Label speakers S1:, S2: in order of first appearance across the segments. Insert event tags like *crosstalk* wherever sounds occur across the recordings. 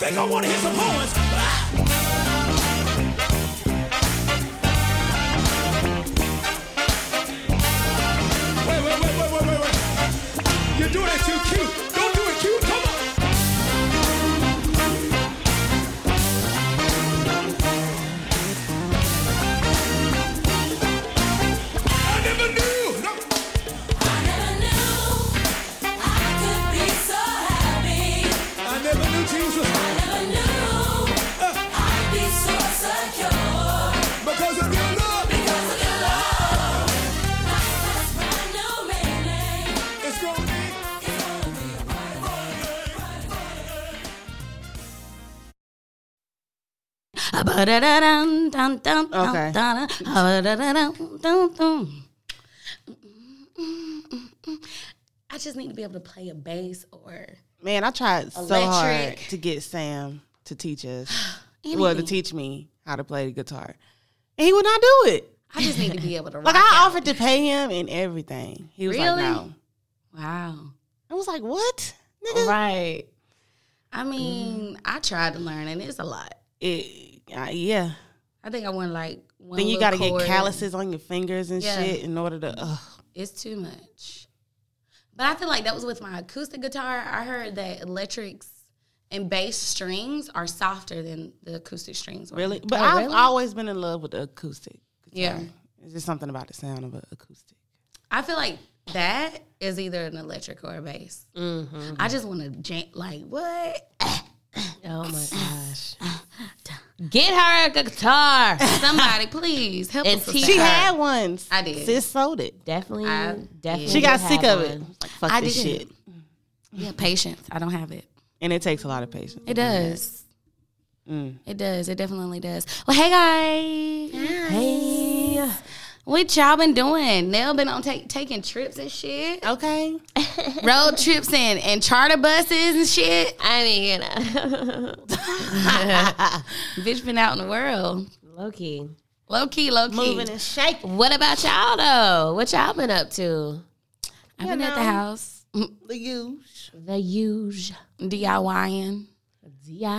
S1: They gon' wanna hear some poems. Wait, wait, wait, wait, wait, wait, wait. You're doing it too cute. Don't do it cute. Come on. I never knew. No.
S2: I never knew I could be so happy.
S1: I never knew Jesus.
S2: I never knew I'd be so secure
S1: Because of your love,
S2: because of your love. Life has brand new meaning.
S1: it's gonna be.
S2: It's gonna be a party, party, party.
S3: Okay.
S4: I just need to be able to play a bass or
S3: Man, I tried so hard
S4: Electric.
S3: to get Sam to
S4: *gasps*
S3: teach us.
S4: anything.
S3: Well, to teach me how to play the guitar. And he would not do it.
S4: I just need to be able to rock
S3: Like I
S4: out.
S3: offered to pay him and everything. He was
S4: Really?
S3: like, no.
S4: Wow.
S3: I was like, what? Nigga.
S4: Right. I mean, I tried to learn and it's a lot.
S3: It, uh, yeah.
S4: I think I went like one
S3: then you
S4: got
S3: gotta
S4: to
S3: get calluses on your fingers and
S4: Yeah.
S3: shit in order to. Ugh.
S4: It's too much. But I feel like that was with my acoustic guitar. I heard that electrics and bass strings are softer than the acoustic strings. were.
S3: Oh, Really? But I've always been in love with the acoustic.
S4: Oh, Yeah.
S3: It's just something about the sound of an acoustic.
S4: I feel like that is either an electric or a bass.
S5: Mm-hmm.
S4: I just want to jam, like, what?
S5: Oh
S4: *laughs*
S5: my gosh. Get her a guitar.
S4: Somebody, please help
S5: And
S4: us. with
S5: teach
S4: that.
S3: She
S5: her.
S3: had one.
S4: I did.
S3: Sis sold it.
S5: Definitely,
S4: I-
S5: definitely.
S3: She got
S5: have
S3: sick of it.
S5: one.
S3: Like, fuck
S4: I
S3: this
S4: didn't.
S3: shit.
S4: Yeah, patience. I don't have it.
S3: And it takes a lot of patience.
S4: It does.
S5: Mm.
S4: It does. It definitely does. Well, hey guys,
S5: Hey,
S4: what y'all been doing? Nell been on ta- taking trips and shit,
S3: Okay.
S4: road trips and and charter buses and shit.
S5: I mean, you know,
S4: *laughs* Bitch been out in the world,
S5: low key.
S4: low key, low key.
S3: Moving and shaking.
S5: What about y'all though? What y'all been up to?
S4: I've been at the
S3: know.
S4: house
S3: The you.
S5: The huge
S4: DIYing.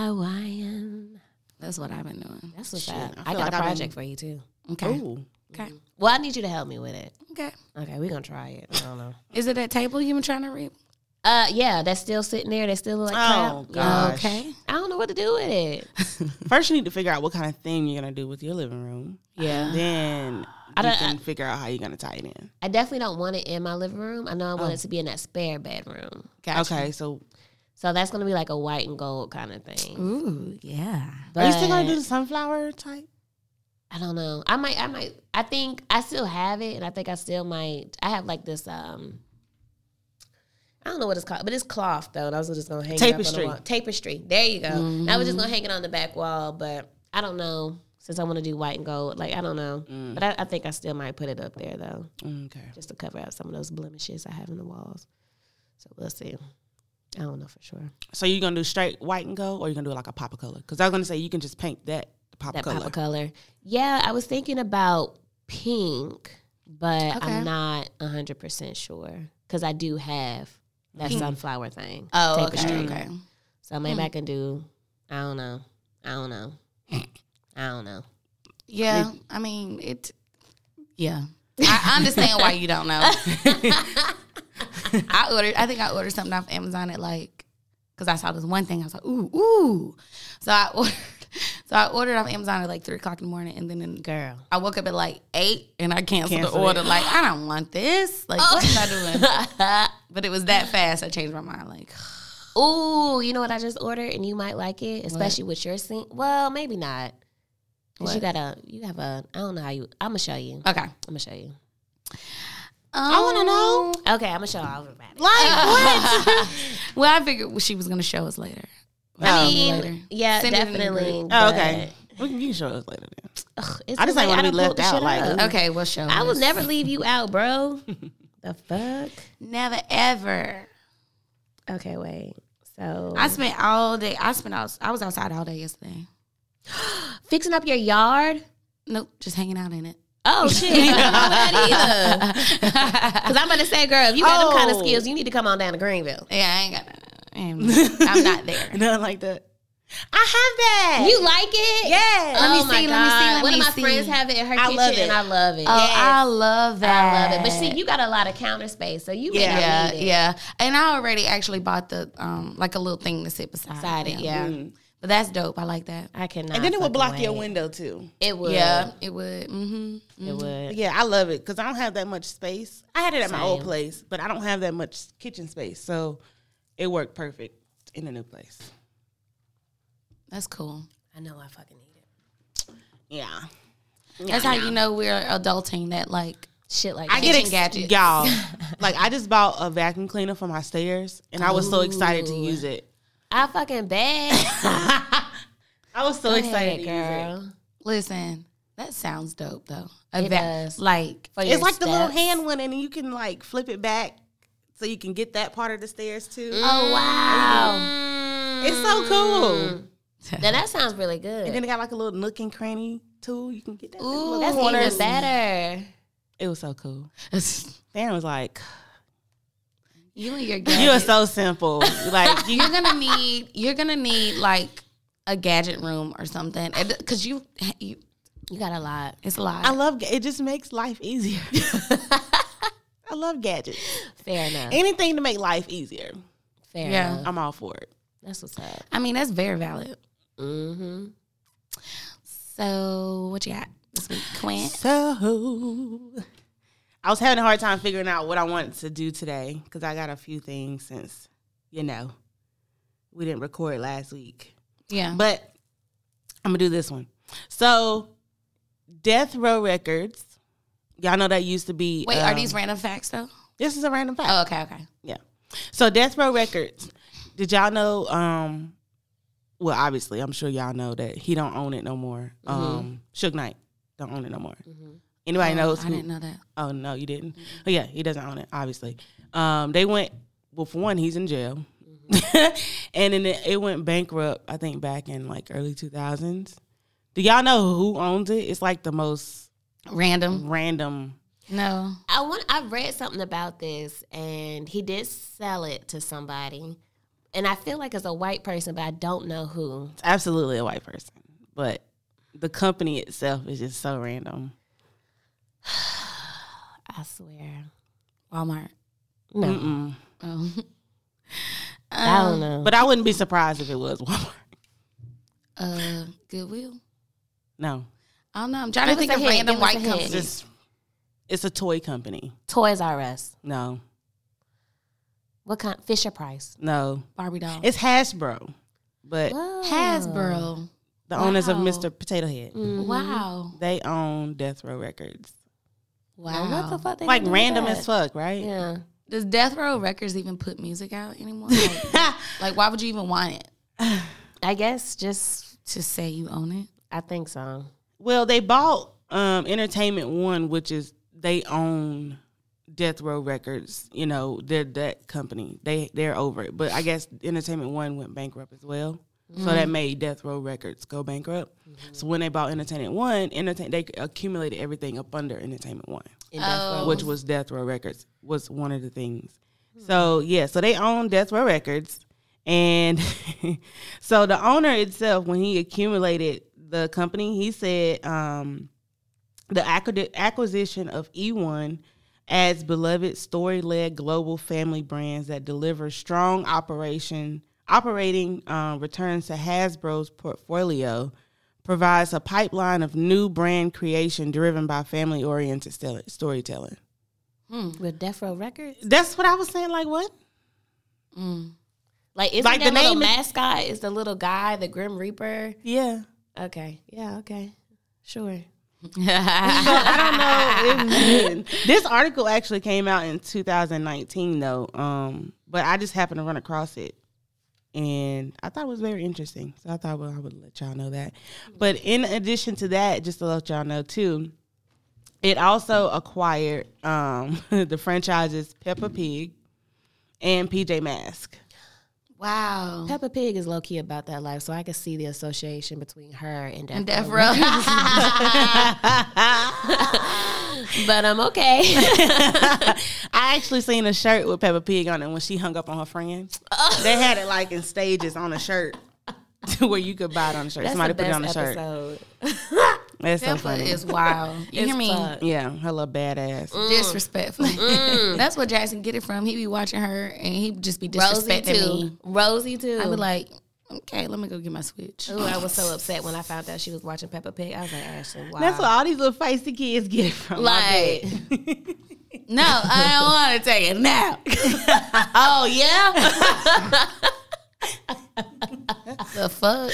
S5: DIYing.
S4: That's what I've been doing.
S5: That's what's up.
S3: I
S5: I,
S3: feel
S5: got
S3: like
S5: a
S3: I've
S5: project for you too.
S4: Okay.
S3: Ooh.
S4: Okay.
S5: Well, I need you to help me with it.
S4: Okay.
S5: Okay, we're gonna try it. I don't know.
S4: Is it that table you been trying to read?
S5: *laughs* Uh, yeah, that's still sitting there. That's still like crap.
S3: Oh, gosh.
S4: Okay.
S5: I don't know what to do with it.
S3: First, you need to figure out what kind of theme you're going to do with your living room.
S4: Yeah.
S3: Then
S5: I
S3: you
S5: don't-
S3: can figure out how you're going to tie it in.
S5: I definitely don't want it in my living room. I know I want it to be in that spare bedroom.
S4: Gotcha.
S3: Oh. Okay, so
S5: So that's gonna be like a white and gold kind of thing.
S4: Ooh, yeah.
S3: are you still going
S5: But-
S3: to do the sunflower type?
S5: I don't know. I might. I might. I think I still have it, and I think I still might. I have like this. um I don't know what it's called, but it's cloth though, and I was just gonna hang
S3: Tapestry.
S5: it up on the wall. Tapestry. There you go. I was just gonna hang it on the back wall, but I don't know since I want to do white and gold. Like I don't know, but I, I think I still might put it up there though,
S3: Okay.
S5: just to cover up some of those blemishes I have in the walls. So we'll see. I don't know for sure.
S3: So you're going to do straight white and gold or you're going to do like a pop of color? Because I was going to say you can just paint that pop
S5: That
S3: color.
S5: pop of color. Yeah, I was thinking about pink, but I'm not 100% sure because I do have that sunflower thing.
S4: Oh,
S5: tapestry.
S4: okay. Hmm. okay.
S5: So maybe I can do, I don't know. I don't know. I don't know.
S4: Yeah. I mean, it, yeah. I I understand why you don't know. I ordered, I think I ordered something off Amazon at like, because I saw this one thing. I was like, ooh, ooh. So I ordered, so I ordered off Amazon at like three o'clock in the morning. And then in-
S5: Girl.
S4: I woke up at like eight and I canceled,
S3: Canceled
S4: the order.
S3: it.
S4: Like, I don't want this. Like, what am I doing? but it was that fast. I changed my mind. Like,
S5: Ooh, you know what I just ordered and you might like it, especially with your scene. Well, maybe not. Cause you
S4: What?
S5: got a, you have a, I don't know how you, I'm gonna show you.
S4: okay.
S5: I'm gonna show you.
S4: I want to know.
S5: Okay, I'm gonna show all everybody.
S4: *laughs* Well, I figured she was going to show us later.
S5: I
S3: Oh.
S5: mean,
S4: later.
S5: yeah,
S4: Send it in the
S5: definitely.
S3: Oh,
S5: but-
S3: okay. We can, you can show us later then.
S5: Ugh, it's
S3: I just
S5: the
S3: ain't
S5: way
S3: wanna be
S5: done
S3: left
S5: pulled the
S3: out,
S5: shit
S3: like,
S5: up.
S3: ooh.
S4: Okay, we'll show
S5: I will
S4: us.
S5: never leave you out, bro. the fuck.
S4: Never ever.
S5: Okay, wait. So
S4: I spent all day. I spent out. I was outside all day yesterday.
S5: fixing up your yard.
S4: Nope, just hanging out in it.
S5: *laughs* Oh shit! I don't know that *laughs* either. Cause I'm about to say, girl, if you got them kind of
S3: Oh.
S5: skills, you need to come on down to Greenville.
S3: *laughs*
S5: *laughs*
S4: Yeah, I ain't got. I am not there.
S3: Nothing like that. I have that.
S5: You like it?
S3: Yes.
S5: Oh
S3: Let me
S5: my
S3: see, let me see,
S5: God.
S3: let
S5: One
S3: me
S5: of my
S3: see.
S5: friends have it in her
S3: I
S5: kitchen,
S3: love it.
S5: and I love it.
S4: Oh,
S3: Yes.
S4: I love that.
S5: I love it. But see, you got a lot of counter space, so you may
S3: Yeah.
S5: not
S4: yeah,
S5: need it.
S4: yeah. And I already actually bought the um like a little thing to sit beside,
S5: Beside it,
S4: them.
S5: yeah.
S4: But that's dope. I like that.
S5: I cannot.
S3: and then it would
S5: fucking
S3: block your
S5: wait.
S3: window too.
S5: It would.
S4: Yeah, it would. Mm-hmm.
S5: It would.
S3: Yeah, I love it because I don't have that much space. I had it at my old place, but I don't have that much kitchen space, so it worked perfect in the new place.
S4: That's cool.
S5: I know I fucking need it.
S3: Yeah,
S4: That's how you know we're adulting. That like
S5: Shit like
S3: I
S5: that.
S3: get
S4: Kitchen
S3: ex-
S4: gadgets.
S3: y'all.
S6: Y'all,
S3: *laughs*
S6: like I just bought a vacuum cleaner for my stairs, and I was so excited to use it.
S5: I
S3: *laughs*
S5: fucking bet.
S3: I was so excited. to use it.
S5: girl.
S4: listen. That sounds dope though. A
S5: It
S4: va-
S5: does.
S4: Like *laughs*
S5: For your
S3: It's like the little
S5: steps.
S3: hand one, and you can like flip it back so you can get that part of the stairs too. Oh,
S5: Oh wow.
S3: It's so cool.
S5: Now that sounds really good.
S3: And then it got like a little nook and cranny too. You can get that.
S5: Ooh,
S3: little
S5: that's
S3: corners.
S5: even better.
S6: It was so cool.
S4: you
S6: Dan was like,
S4: and
S3: *laughs*
S4: your
S6: "You are
S4: gadgets.
S6: so simple. Like you,
S4: you're *laughs* gonna need you're gonna need like a gadget room or something And- cause you you
S5: You got a lot.
S4: it's a lot.
S3: I love ga- it. Just makes life
S4: *laughs*
S3: easier. I love gadgets.
S5: Fair enough.
S3: Anything to make life easier,
S5: Fair
S4: Yeah.
S5: enough.
S3: I'm all for it.
S5: That's what's up.
S4: I mean that's very valid.
S5: Mm-hmm.
S4: So what you got this week, Quinn?
S3: So I was having a hard time figuring out what I wanted to do today because I got a few things since, you know, we didn't record last week.
S4: Yeah,
S3: But I'm gonna do this one. So Death Row Records, y'all know that used to be
S4: wait, are
S3: um,
S4: these random facts though?
S3: this is a random fact.
S4: Oh, okay, okay.
S3: Yeah. So Death Row Records. Did y'all know? Um, well, obviously, I'm sure y'all know that he don't own it no more.
S4: Mm-hmm.
S3: Um, Suge Knight don't own it no more. Anybody knows?
S4: I
S3: who-
S4: didn't know that.
S3: Oh no, you didn't. Oh yeah, he doesn't own it. Obviously, um, they went. Well, for one, he's in jail,
S4: Mm-hmm.
S3: *laughs* and then it, it went bankrupt. I think back in like early 2000s. Do y'all know who owns it? It's like the most
S4: Random?
S3: random.
S4: No.
S5: I want. I read something about this, and he did sell it to somebody, and I feel like it's a white person, but I don't know who.
S3: It's absolutely a white person, but the company itself is just so random.
S5: I swear.
S4: Walmart.
S5: No, Um,
S3: Mm-mm.
S5: *laughs*
S4: Oh.
S5: I don't know.
S3: But I wouldn't be surprised if it was *laughs* Walmart.
S4: Uh, Goodwill.
S3: No,
S4: I don't know. I'm trying to
S5: Give us
S4: think
S5: a
S4: of
S5: hint.
S4: random
S5: Give us a
S4: white
S5: hint.
S4: companies.
S3: just it's a toy company.
S5: Toys R Us.
S3: No,
S5: What kind? Fisher Price.
S3: no,
S4: Barbie doll.
S3: it's Hasbro, but
S4: Oh. Hasbro.
S3: the owners of
S4: Wow. Mm.
S3: Mr. Potato Head.
S4: Mm-hmm. Wow.
S3: They own Death Row Records.
S4: Wow.
S5: What the fuck? They
S3: Oh. Like
S5: gonna do with
S3: random
S5: that?
S3: as fuck, right?
S5: Yeah.
S4: Does Death Row Records even put music out *laughs* anymore? Like, like, why would you even want it?
S5: I guess just.
S4: To say you own it?
S5: I think so.
S3: Well, they bought um, Entertainment One, which is they own Death Row Records. You know, they're that company. They they're over it. But I guess Entertainment One went bankrupt as well. So that made Death Row Records go bankrupt. So when they bought Entertainment One, entertain they accumulated everything up under Entertainment One,
S5: In Death Row.
S3: which was Death Row Records was one of the things. So yeah, so they own Death Row Records, and *laughs* so the owner itself, when he accumulated the company, he said um, the acqui- acquisition of E1 adds beloved story-led global family brands that deliver strong operation operating um, returns to Hasbro's portfolio. Provides a pipeline of new brand creation driven by family oriented storytelling.
S5: Um, with Death Row Records.
S3: That's what I was saying. Like, what?
S5: Like, isn't
S3: Like,
S5: that
S3: the
S5: little
S3: name is-
S5: mascot is the little guy, the Grim Reaper?
S3: Yeah.
S5: Okay. Yeah. Okay. Sure.
S3: *laughs* this article actually came out in 2019 though um but i just happened to run across it and i thought it was very interesting so i thought well i would let y'all know that but in addition to that just to let y'all know too it also acquired um *laughs* the franchises peppa pig and pj mask
S4: Wow.
S5: Peppa Pig is low key about that life, so I can see the association between her and Death,
S4: And Death
S5: Row.
S4: Row.
S5: But I'm okay.
S3: I actually seen a shirt with Peppa Pig on it when she hung up on her friend. they had it like in stages on a shirt. *laughs* to where you could buy it on a shirt.
S5: *laughs* That's
S3: Somebody
S5: the
S3: put it on a
S5: best
S3: shirt.
S5: episode.
S3: That's so
S4: That foot
S3: funny.
S4: is Mm. wild.
S5: *laughs*
S4: You hear me?
S5: fucked.
S3: Yeah, hella badass.
S5: Mm.
S4: Disrespectful. *laughs* That's where Jackson get it from. He be watching her and he just be
S5: Rosie
S4: disrespecting me.
S5: too. Rosie too.
S4: I be like, okay, let me go get my switch.
S5: Ooh, I was *laughs* so upset when I found out she was watching Peppa Pig. I was like, Ashley, wow.
S3: That's where all these little feisty kids get it from.
S5: like,
S4: *laughs* No, I don't want to take it now.
S5: *laughs* oh
S4: *laughs*
S5: yeah,
S4: the fuck?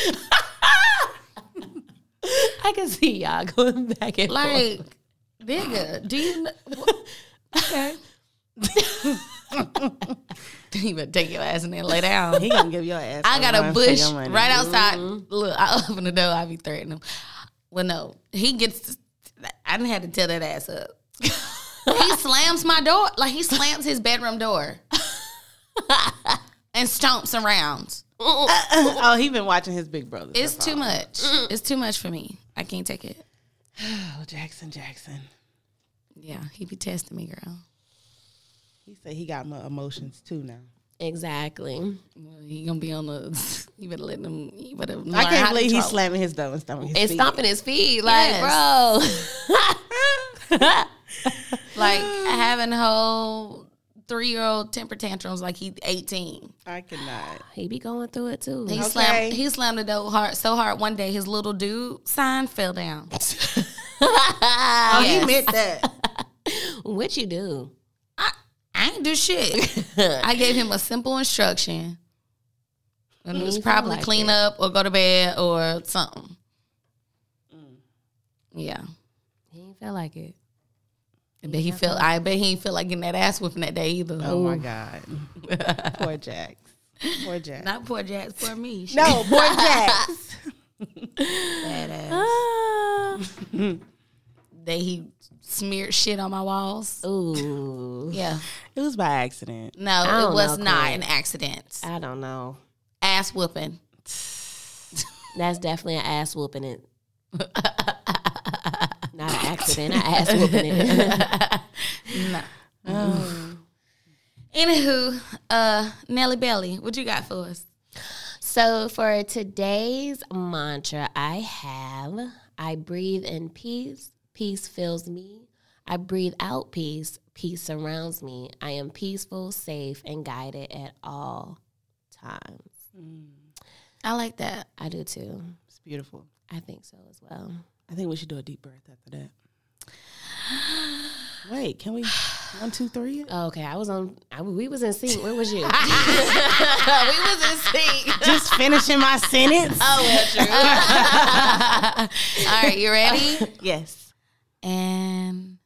S5: I can see y'all going back and forth.
S4: Like, nigga, do you kn- Okay. *laughs* you better take your ass in there and lay down.
S3: He gonna give your ass.
S4: I got a
S3: run for your
S4: bush
S3: money.
S4: right outside. Look, I open the door, I be threatening him. Well, no, he gets. I didn't have to tell that ass up. he slams my door, like he slams his bedroom door, and stomps around.
S3: *laughs* oh, he been watching his Big Brother.
S4: It's too much. It's too much for me. I can't take it.
S3: Oh, Jackson, Jackson.
S4: Yeah, he be testing me, girl.
S3: He said he got my emotions too now.
S5: Exactly.
S4: Well, He gonna be on the. *laughs* You better let them. You better.
S3: I can't believe he's slamming his door and stomping his
S5: And
S3: feet.
S5: stomping his feet, like, bro.
S4: like having whole three year old temper tantrums like he eighteen.
S3: I cannot.
S5: *laughs* he be going through it too.
S4: He
S3: Okay.
S4: slammed he slammed the door hard so hard one day his little dude sign fell down.
S3: Oh, he meant that.
S5: What you do?
S4: I, I ain't do shit.
S3: *laughs*
S4: I gave him a simple instruction. And it was
S5: you
S3: Mm-hmm.
S4: probably
S5: like
S4: clean up or go to bed or something.
S3: Mm.
S4: Yeah.
S5: He ain't feel like it.
S4: I bet he feel I bet he ain't feel like getting that ass whipping that day either.
S3: *laughs* Oh my god. Poor Jax. Poor Jax.
S4: Not poor Jax, poor
S3: *laughs*
S4: *laughs* me.
S3: no, poor Jax.
S4: Badass. That he smeared shit on my walls.
S5: Oh, Ooh,
S4: Yeah.
S3: It was by accident.
S4: No,
S5: don't
S4: it was
S5: know,
S4: not
S5: Chris.
S4: an accident.
S5: I don't know.
S4: Ass whooping.
S5: That's definitely an ass
S4: *laughs*
S5: whooping it. Not an accident, an ass whooping it.
S4: Anywho, uh, Nelly Belly, what you got for us?
S5: so for today's mantra, I have I breathe in peace, peace fills me. I breathe out peace, peace surrounds me. I am peaceful, safe, and guided at all times.
S4: Mm. I like that.
S5: I do too.
S3: It's beautiful.
S5: I think so as well.
S3: I think we should do a deep breath after that. *sighs* Wait, can we? *sighs* One, two, three.
S5: Okay, I was on. I, we was in sync. Where was you?
S4: we was in sync.
S3: Just finishing my *laughs* sentence.
S4: All right, you
S5: *laughs*
S4: ready?
S3: Yes.
S4: and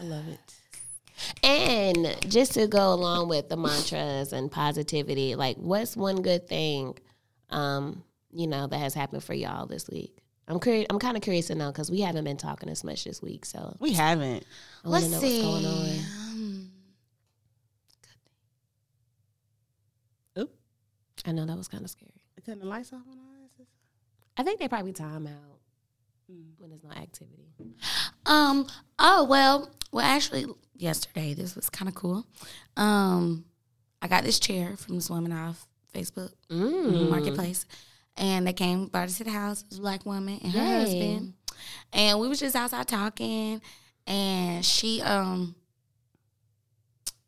S3: I love it.
S5: And just to go along with the mantras and positivity, like what's one good thing, um, you know, that has happened for y'all this week? I'm curious. I'm kind of curious to know because we haven't been talking as much this week, so
S3: We haven't.
S5: I want to know what's going on.
S4: Um,
S3: Oop.
S5: I know that was kind of scary.
S3: Turn the lights off on our asses.
S5: I think they probably time out when there's no activity.
S4: um, oh well, well actually yesterday this was kind of cool. Um, I got this chair from this woman off Facebook Marketplace, and they came brought it to the house. It was a black woman and her
S5: Yay.
S4: husband, and we was just outside talking, and she um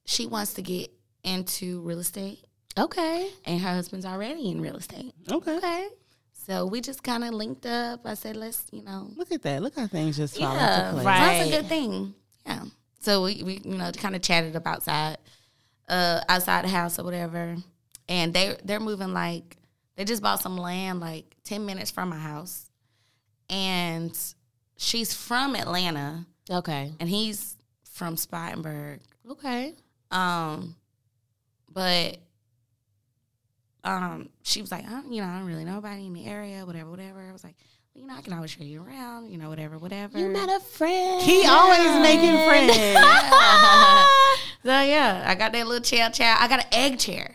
S4: she wants to get into real estate,
S5: Okay.
S4: and her husband's already in real estate.
S3: Okay.
S5: Okay.
S4: So we just kind of linked up. I said, let's, you know,
S3: Look at that. Look how things just fall
S4: yeah,
S3: into place.
S5: right.
S4: So that's a good thing. Yeah. So we, we you know, kind of chatted up outside, uh, outside the house or whatever. And they they're moving like they just bought some land like ten minutes from my house, and she's from Atlanta
S5: Okay.
S4: and he's from Spartanburg.
S5: Okay.
S4: Um, but um, she was like, I, don't- you know, I don't really know nobody in the area, whatever, whatever. I was like, you know, I can always show you around, you know, whatever, whatever.
S5: You met a friend.
S3: He always making friends.
S4: So yeah, I got that little chair chair. I got an egg chair.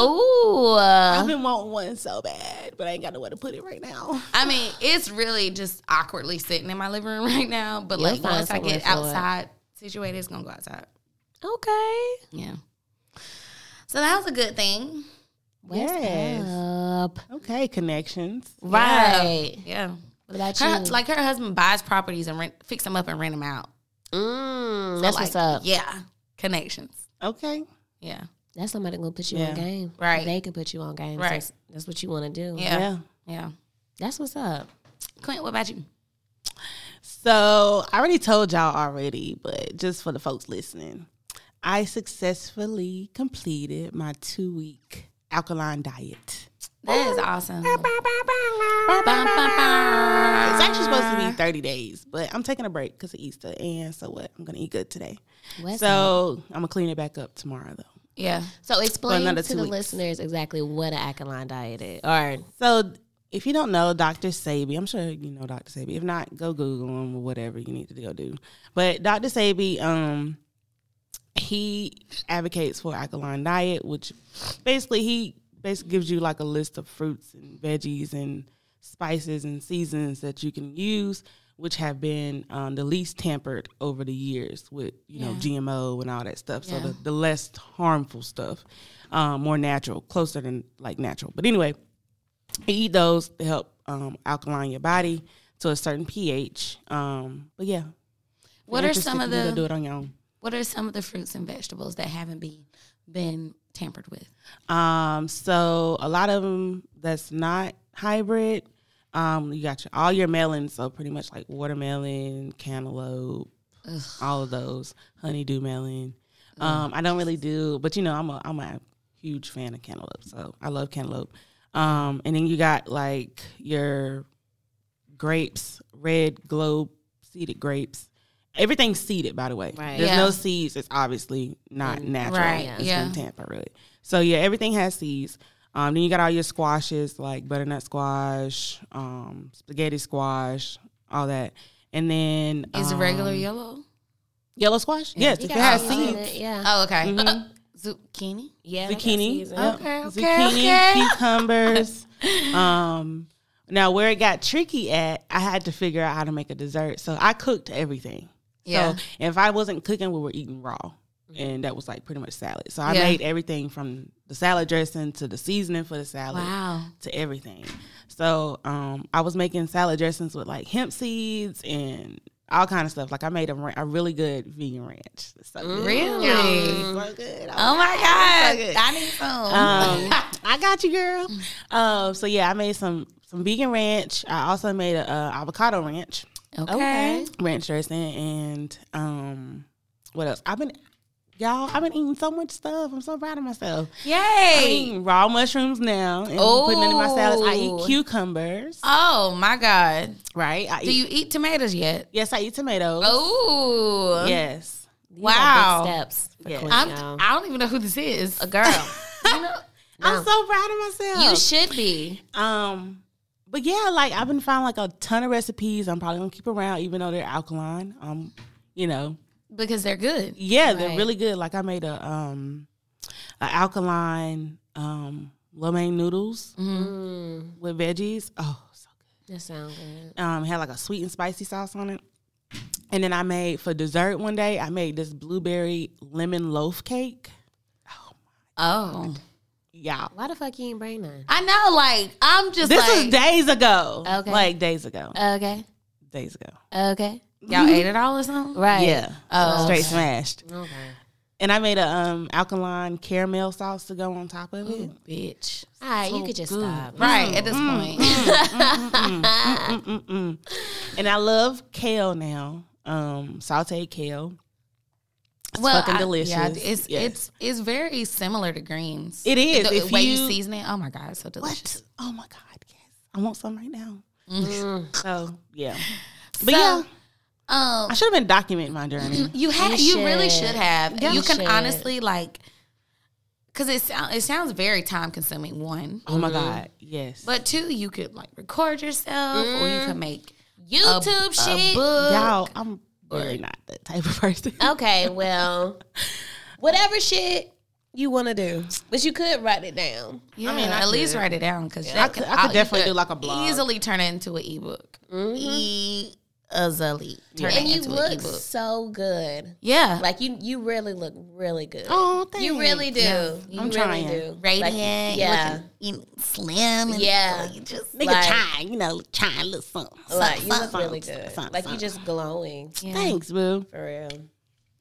S5: Ooh.
S3: *laughs* I've *laughs* been wanting one so bad, but I ain't got nowhere to put it right now.
S4: I mean, it's really just awkwardly sitting in my living room right now. But
S5: You'll
S4: like
S5: find
S4: once I
S5: somewhere
S4: get
S5: for it.
S4: outside situated, it's gonna go outside.
S5: Okay.
S4: Yeah. So that was a good thing.
S5: What's
S3: Yes.
S5: up?
S3: Okay, connections.
S5: Right.
S4: Yeah.
S5: What about you?
S4: Her, like her husband buys properties and rent, fix them up and rent them out.
S5: mm, that's
S4: Like,
S5: what's up.
S4: Yeah. Connections.
S3: Okay.
S4: Yeah.
S5: That's somebody gonna put you on
S3: Yeah.
S5: game.
S4: Right.
S5: They can put you on game.
S4: Right.
S5: That's, that's what you want to do.
S4: Yeah.
S3: Yeah.
S4: Yeah.
S5: That's what's up.
S4: Clint, what about you?
S3: So I already told y'all already, but just for the folks listening, I successfully completed my two week alkaline diet.
S4: That is awesome.
S3: It's actually supposed
S5: Ah.
S3: to be 30 days, but I'm taking a break because of Easter. And so what? I'm going to eat good today.
S5: What's up?
S3: so I'm going to clean it back up tomorrow, though.
S4: Yeah.
S5: So explain
S3: another
S5: to
S3: two
S5: the
S3: weeks.
S5: listeners exactly what an alkaline diet is. Or
S3: So if you don't know Dr. Sabi, I'm sure you know Dr. Sabi. If not, go Google him or whatever you need to go do. But Dr. Sabi, um, he advocates for alkaline diet, which basically he basically gives you like a list of fruits and veggies and spices and seasons that you can use, which have been um, the least tampered over the years with you know GMO and all that stuff. So the, the less harmful stuff, um, more natural, closer than like natural. But anyway eat those to help um, alkaline your body to a certain pH. Um, but yeah, if
S4: What
S3: you're
S4: are some of
S3: interested, you can go do
S4: the
S3: it on your own?
S4: What are some of the fruits and vegetables that haven't been been tampered with?
S3: Um, so a lot of them that's not hybrid. Um, you got your, all your melons, so pretty much like watermelon, cantaloupe, all of those, honeydew melon. Um, I don't really do, but you know, I'm a I'm a huge fan of cantaloupe, so I love cantaloupe. Um, and then you got like your grapes, red globe seeded grapes. Everything's seeded, by the way.
S5: Right.
S3: There's
S4: Yeah.
S3: no seeds. It's obviously not natural.
S4: Right,
S3: It's
S4: yeah.
S3: been tampered with. So yeah, everything has seeds. Um, then you got all your squashes like butternut squash, um, spaghetti squash, all that. And then
S4: Is
S3: um,
S4: the regular yellow?
S3: yellow squash? Yes, if it has seeds.
S5: Yeah.
S4: Oh, okay. Zucchini. Oh,
S5: yeah.
S3: zucchini. Yep.
S4: Okay, okay,
S3: zucchini,
S4: okay. *laughs*
S3: cucumbers. um, now where it got tricky at, I had to figure out how to make a dessert. So I cooked everything.
S4: Yeah.
S3: So if I wasn't cooking, we were eating raw, and that was like pretty much salad. So I
S4: Yeah.
S3: made everything from the salad dressing to the seasoning for the salad
S4: Wow.
S3: to everything. So um, I was making salad dressings with like hemp seeds and all kind of stuff. Like I made a, ra- a really good vegan ranch. So good.
S4: Really?
S3: So good.
S4: Oh my
S3: "Ah,
S4: god! I need some. Mm.
S3: Um,
S4: *laughs*
S3: I got you, girl. Um, so yeah, I made some some vegan ranch. I also made a, uh avocado ranch,
S4: okay.
S3: ranch dressing, and um, what else? I've been, y'all, I've been eating so much stuff. I'm so proud of myself. I'm
S4: Yay!
S3: eating raw mushrooms now and putting it in my salads. I
S4: Oh.
S3: eat cucumbers,
S4: Oh my god!
S3: right? I
S4: Do
S3: eat,
S4: you eat tomatoes yet?
S3: yes, I eat tomatoes.
S4: Oh
S3: yes.
S4: Wow.
S5: Big steps. For
S3: Yeah.
S5: Queen,
S4: I'm,
S5: y'all.
S4: I don't even know who this is. A girl. *laughs*
S3: I'm so proud of myself.
S5: you should be.
S3: Um, but yeah, like I've been finding like a ton of recipes. I'm probably gonna keep around, even though they're alkaline. Um, you know,
S4: because they're good.
S3: yeah, they're
S5: Right.
S3: really good. Like I made a um, a alkaline um lo mein noodles
S5: Mm,
S3: with veggies. Oh, so
S5: that sounds good.
S3: good. Um, had like a sweet and spicy sauce on it. And then I made for dessert one day. I made this blueberry lemon loaf cake.
S4: Oh,
S3: Yeah,
S5: Why the fuck you ain't bring none?
S4: I know. Like I'm just
S3: this
S4: like
S3: was days ago.
S5: Okay.
S3: like days ago.
S5: Okay.
S3: days ago.
S5: Okay.
S4: y'all ate it all or something.
S5: Right.
S3: Yeah,
S4: Oh,
S3: straight smashed.
S5: Okay.
S3: And I made a um alkaline caramel sauce to go on top of it.
S4: Bitch.
S5: All right. you could just stop.
S4: Right at this point.
S3: Mm-mm. And I love kale now. Um, sauteed kale. It's fucking
S4: I-
S3: delicious.
S4: Yeah, it's
S3: Yes.
S4: it's it's very similar to greens.
S3: It is.
S4: The
S3: If
S4: way you,
S3: you-
S4: season it. Oh my god, it's so delicious.
S3: what? Oh my god, yes. I want some right now.
S5: Mm.
S3: so yeah.
S4: So,
S3: But yeah,
S4: Um,
S3: I should have been documenting my journey.
S5: Mm-hmm.
S4: you had
S5: You
S4: you, really
S5: should.
S4: should have.
S5: You
S4: you can
S5: should.
S4: honestly like, because it sounds it sounds very time consuming. One,
S3: Oh my god, yes.
S4: but two, you could like record yourself, or you can make
S5: YouTube
S4: a
S5: shit.
S4: book.
S3: y'all, I'm really not that type of person. *laughs*
S5: okay. Well, whatever shit you want to do, but you could write it down.
S4: Yeah, I mean, at least write it down because
S5: oh,
S3: I could, I could definitely do like a blog.
S4: Mm-hmm. easily turn it into an ebook. E- Azali. Turn
S5: And
S4: it
S5: you
S4: into
S5: look
S4: an ebook.
S5: so good.
S4: Yeah.
S5: Like you, you really look really good.
S4: oh, thanks.
S5: you really do.
S4: Yeah.
S5: You
S4: I'm
S5: really
S6: trying.
S5: do.
S4: Radiant.
S5: Like,
S4: yeah.
S5: yeah.
S4: You slim. And
S5: Yeah.
S4: You just
S3: Nigga
S5: Like-
S3: try, you know, try a little something.
S5: Like you look
S3: something,
S5: really
S3: something,
S5: good.
S3: something,
S5: Like you
S3: something.
S5: just glowing
S3: Thanks, boo.
S5: for real.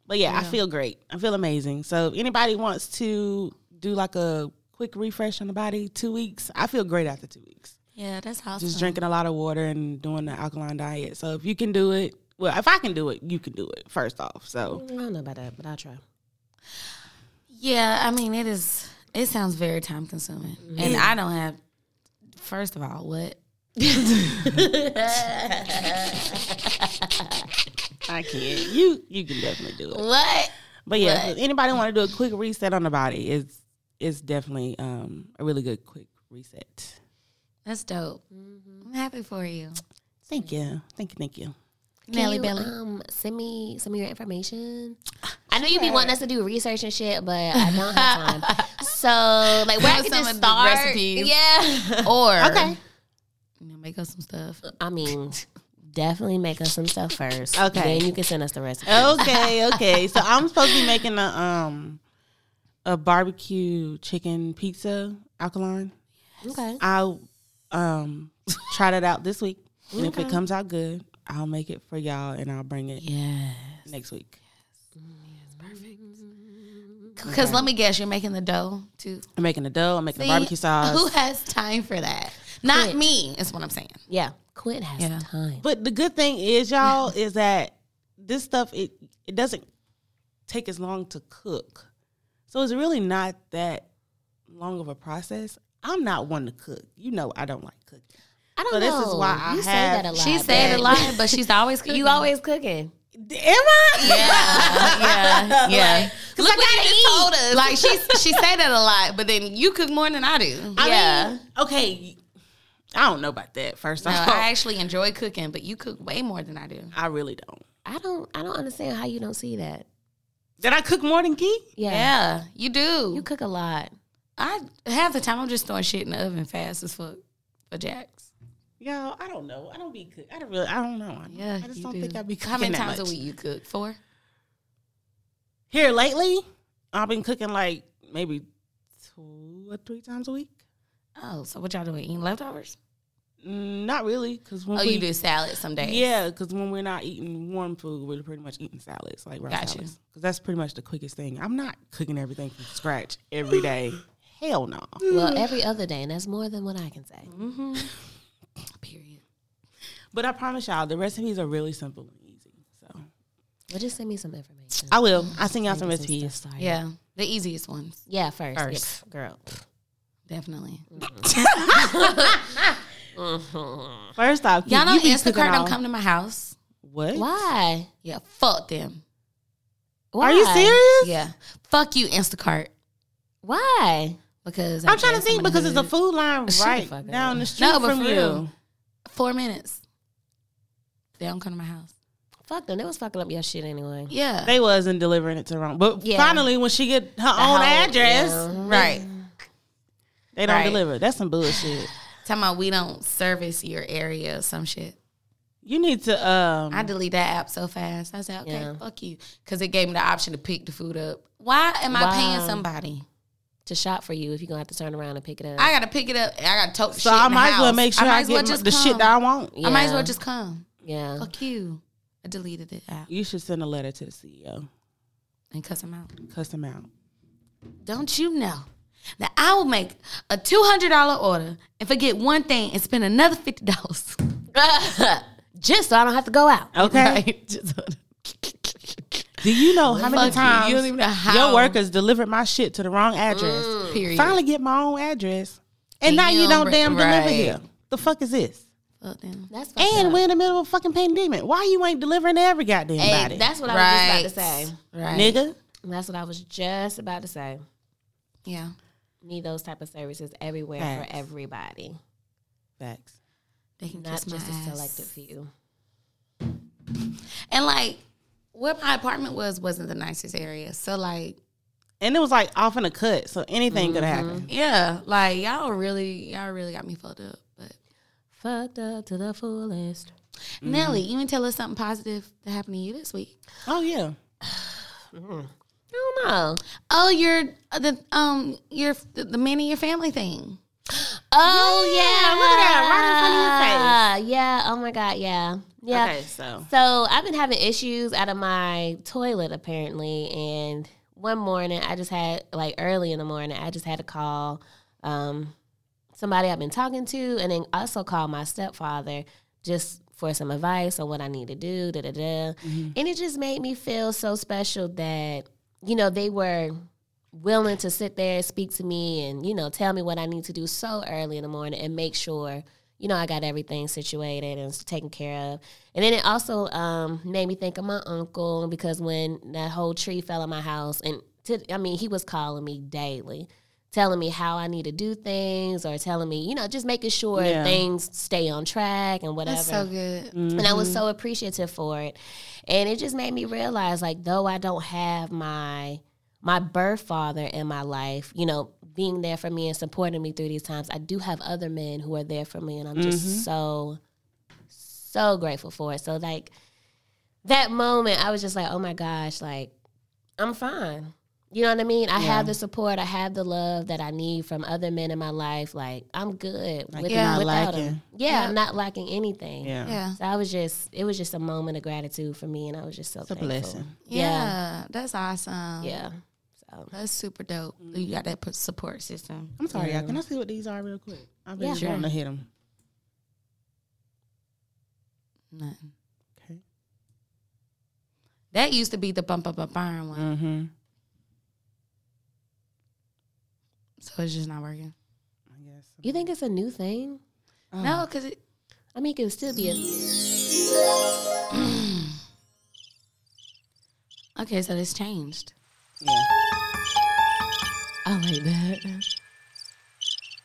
S3: But yeah, I feel great. I feel amazing. So if anybody wants to do like a quick refresh on the body, two weeks, I feel great after two weeks.
S4: Yeah, that's awesome.
S3: Just drinking a lot of water and doing the alkaline diet. So if you can do it, well, if I can do it, you can do it. First off, so
S5: I don't know about that, but I'll try.
S4: Yeah, I mean it is. It sounds very time consuming, and I don't have. First of all, what?
S3: I can. *laughs* You you can definitely do it.
S4: What?
S3: But yeah, if anybody want to do a quick reset on the body, it's it's definitely um, a really good quick reset.
S4: That's dope. I'm happy for you,
S3: Thank you, thank you, thank you.
S4: Nelly
S5: you,
S4: Belly.
S5: Um, send me some of your information. I know you be wanting us to do research and shit, but I don't have *laughs* time. so, like, where I can
S4: Some
S5: just
S4: of the
S5: start?
S4: recipes.
S5: *laughs* Yeah.
S4: or
S5: okay.
S4: you know, make up some stuff.
S5: I mean, definitely make us some stuff first.
S3: Okay.
S5: Then you can send us the
S3: *laughs*
S5: recipe.
S3: Okay, okay. So I'm supposed to be making a um a barbecue chicken pizza alkaline.
S5: Okay.
S3: I'll um try that out this week. And if it comes out good, I'll make it for y'all and I'll bring it
S4: Yeah.
S3: next week.
S4: Because let me guess, you're making the dough too.
S3: I'm making the dough, I'm making the barbecue sauce.
S4: *laughs* Who has time for that? Not me. Is what I'm saying.
S5: Yeah. Quit has
S4: Yeah.
S5: time.
S3: But the good thing is, y'all, is that this stuff it it doesn't take as long to cook, so it's really not that long of a process. I'm not one to cook. You know, I don't like cooking.
S5: I don't
S3: So this
S5: know.
S3: is why I
S5: you say
S3: have-
S5: that a lot.
S4: She said
S5: babe.
S4: a lot, but she's always cooking.
S5: You always cooking.
S3: Am
S4: *laughs*
S3: I?
S4: yeah, yeah. Look
S5: I gotta eat.
S4: Like she she say that a lot, but then you cook more than I do.
S3: I
S5: Yeah.
S3: mean, okay. I don't know about that. First
S4: *laughs* No,
S3: off,
S4: I
S3: I,
S4: actually enjoy cooking, but you cook way more than I do.
S3: really don't.
S5: I don't. I don't understand how you don't see that.
S3: Did I cook more than Key?
S5: Yeah.
S4: Yeah, you do.
S5: You cook a lot.
S4: I half the time I'm just throwing shit in the oven fast as fuck for Jax.
S3: Y'all, I don't know. I don't be cook. I don't really. I don't know. I,
S4: Yeah,
S3: I just
S4: you
S3: don't
S4: do.
S3: think I be cooking
S4: How many
S3: that
S4: times
S3: much.
S4: a week you cook? Four.
S3: Here lately, I've been cooking like maybe two or three times a week.
S4: Oh, so what y'all doing? Eating leftovers?
S3: Mm, Not really, because when
S4: Oh,
S3: we,
S4: you do salad some days.
S3: yeah, because when we're not eating warm food, we're pretty much eating salads, like raw
S4: Gotcha.
S3: salads, because that's pretty much the quickest thing. I'm not cooking everything from scratch every day. Hell no.
S5: Well, every other day, and that's more than what I can say.
S4: Period.
S3: But I promise y'all, the recipes are really simple and easy. So
S5: But just send me some information.
S3: I will. I'll send y'all some
S5: Maybe some
S3: recipes.
S5: stuff started.
S4: Yeah, the easiest ones,
S5: Yeah, first. Yeah,
S4: First.
S5: pff, girl.
S4: definitely.
S3: First off,
S4: Y'all know
S3: you be cooking
S4: Instacart
S3: all-
S4: don't come to my house.
S3: What?
S5: Why?
S4: Yeah, fuck them.
S5: Why?
S3: Are you serious?
S4: Yeah, fuck you, Instacart.
S5: Why?
S4: Because I
S3: I'm trying to
S4: guess
S3: think
S4: I'm in
S3: because
S4: the
S3: it's a
S4: hood.
S3: food line
S5: Shut the
S3: right
S5: fuck up.
S3: down the street
S4: but
S3: from
S4: for
S3: you.
S4: real. four minutes. They don't come to my house.
S5: Fuck them. They was fucking up your shit anyway.
S4: Yeah,
S3: They wasn't delivering it to wrong. But
S5: Yeah.
S3: finally, when she get her own
S5: whole-
S3: address,
S5: yeah.
S4: right.
S3: they don't
S4: Right.
S3: deliver. That's some bullshit.
S4: Talking about we don't service your area or some shit.
S3: You need to um
S4: I delete that app so fast. I said, okay,
S5: Yeah.
S4: fuck you, because it gave me the option to pick the food up. Why am I
S5: Wow.
S4: paying somebody?
S5: To shop for you if you're gonna have to turn around and pick it up.
S4: I gotta pick it up. and I gotta tote.
S3: so
S4: shit
S3: I
S4: in the
S3: might as well
S4: house.
S3: make sure
S4: might
S3: I,
S4: as
S3: get
S4: well
S3: my-
S4: just
S3: the shit
S4: come.
S3: that I want.
S4: I might as
S5: Yeah.
S4: well just come.
S5: yeah.
S4: *laughs* Fuck you. I deleted the app
S3: You should send a letter to the CEO.
S4: and cuss them out.
S3: Cuss
S4: *laughs*
S3: them out.
S4: Don't you know that I will make a two hundred dollar order and forget one thing and spend another fifty dollars? *laughs*
S5: just so I don't have to go out.
S3: Okay. Do you know how many
S4: Fuck you.
S3: times
S4: You don't even know how. Mm,
S3: your workers delivered my shit to the wrong address?
S5: Mm.
S4: Period.
S3: Finally get my own address. And now you
S4: Damn,
S3: don't damn deliver
S4: right.
S3: here. The fuck is this?
S4: Fuck them.
S5: That's
S3: And we're in the middle of a fucking pandemic. Why you ain't delivering to every goddamn body?
S5: that's what I was just about to say.
S4: Right.
S3: Nigga.
S5: That's what I was just about to say.
S4: Yeah.
S5: Need those type of services everywhere
S3: Facts.
S5: for everybody,
S3: Facts.
S4: They can
S5: not
S4: kiss my
S5: just a
S4: ass.
S5: selective few.
S4: And like where my apartment was wasn't the nicest area. So like
S3: And it was like off in a cut, so anything could
S5: Mm-hmm.
S3: happen.
S4: yeah, like y'all really y'all really got me fucked up. But
S5: Fucked up to the fullest.
S4: Nelly, you didn't tell us something positive that happened to you this week.
S3: Oh yeah.
S5: I don't know.
S4: Oh, your the um your the, the man in your family thing.
S5: Oh yeah,
S4: look at that,
S5: right in front of your face. Yeah. Oh my god. Yeah. Yeah.
S3: Okay, so
S5: So I've been having issues out of my toilet apparently, and one morning I just had like early in the morning I just had to call um, somebody I've been talking to, and then also call my stepfather just for some advice on what I need to do. Da da da, and it just made me feel so special that you know they were willing to sit there and speak to me and you know tell me what I need to do so early in the morning and make sure you know I got everything situated and it's taken care of. And then it also um, made me think of my uncle because when that whole tree fell in my house and to, I mean he was calling me daily telling me how I need to do things or telling me you know just making sure
S3: Yeah.
S5: things stay on track and whatever
S4: That's so good.
S5: and I was so appreciative for it. And it just made me realize, like, though I don't have my my birth father in my life, you know, being there for me and supporting me through these times, I do have other men who are there for me, and I'm just so so grateful for it. So like that moment, I was just like, oh my gosh, like I'm fine. You know what I mean? I have the support, I have the love that I need from other men in my life. Like I'm good with,
S4: you're not
S5: without
S3: lacking.
S5: them. Yeah, I'm not lacking anything.
S3: yeah.
S4: Yeah.
S5: So I was just, it was just a moment of gratitude for me, and I was just so
S3: It's a
S5: thankful.
S3: blessing.
S4: Yeah, that's awesome.
S5: Yeah. So
S4: That's super dope. You got that pu- support system.
S3: I'm sorry, y'all. Can I see what these are real quick? I've been
S5: Yeah.
S3: wanting to hit them.
S4: Nothing.
S3: Okay.
S4: That used to be the bump up a burn one.
S3: Mm-hmm.
S4: So it's just not working.
S3: I guess.
S5: you think it's a new thing?
S4: No, because it,
S5: I mean, it could still be a.
S4: okay, so it's changed.
S3: Yeah.
S5: I like that.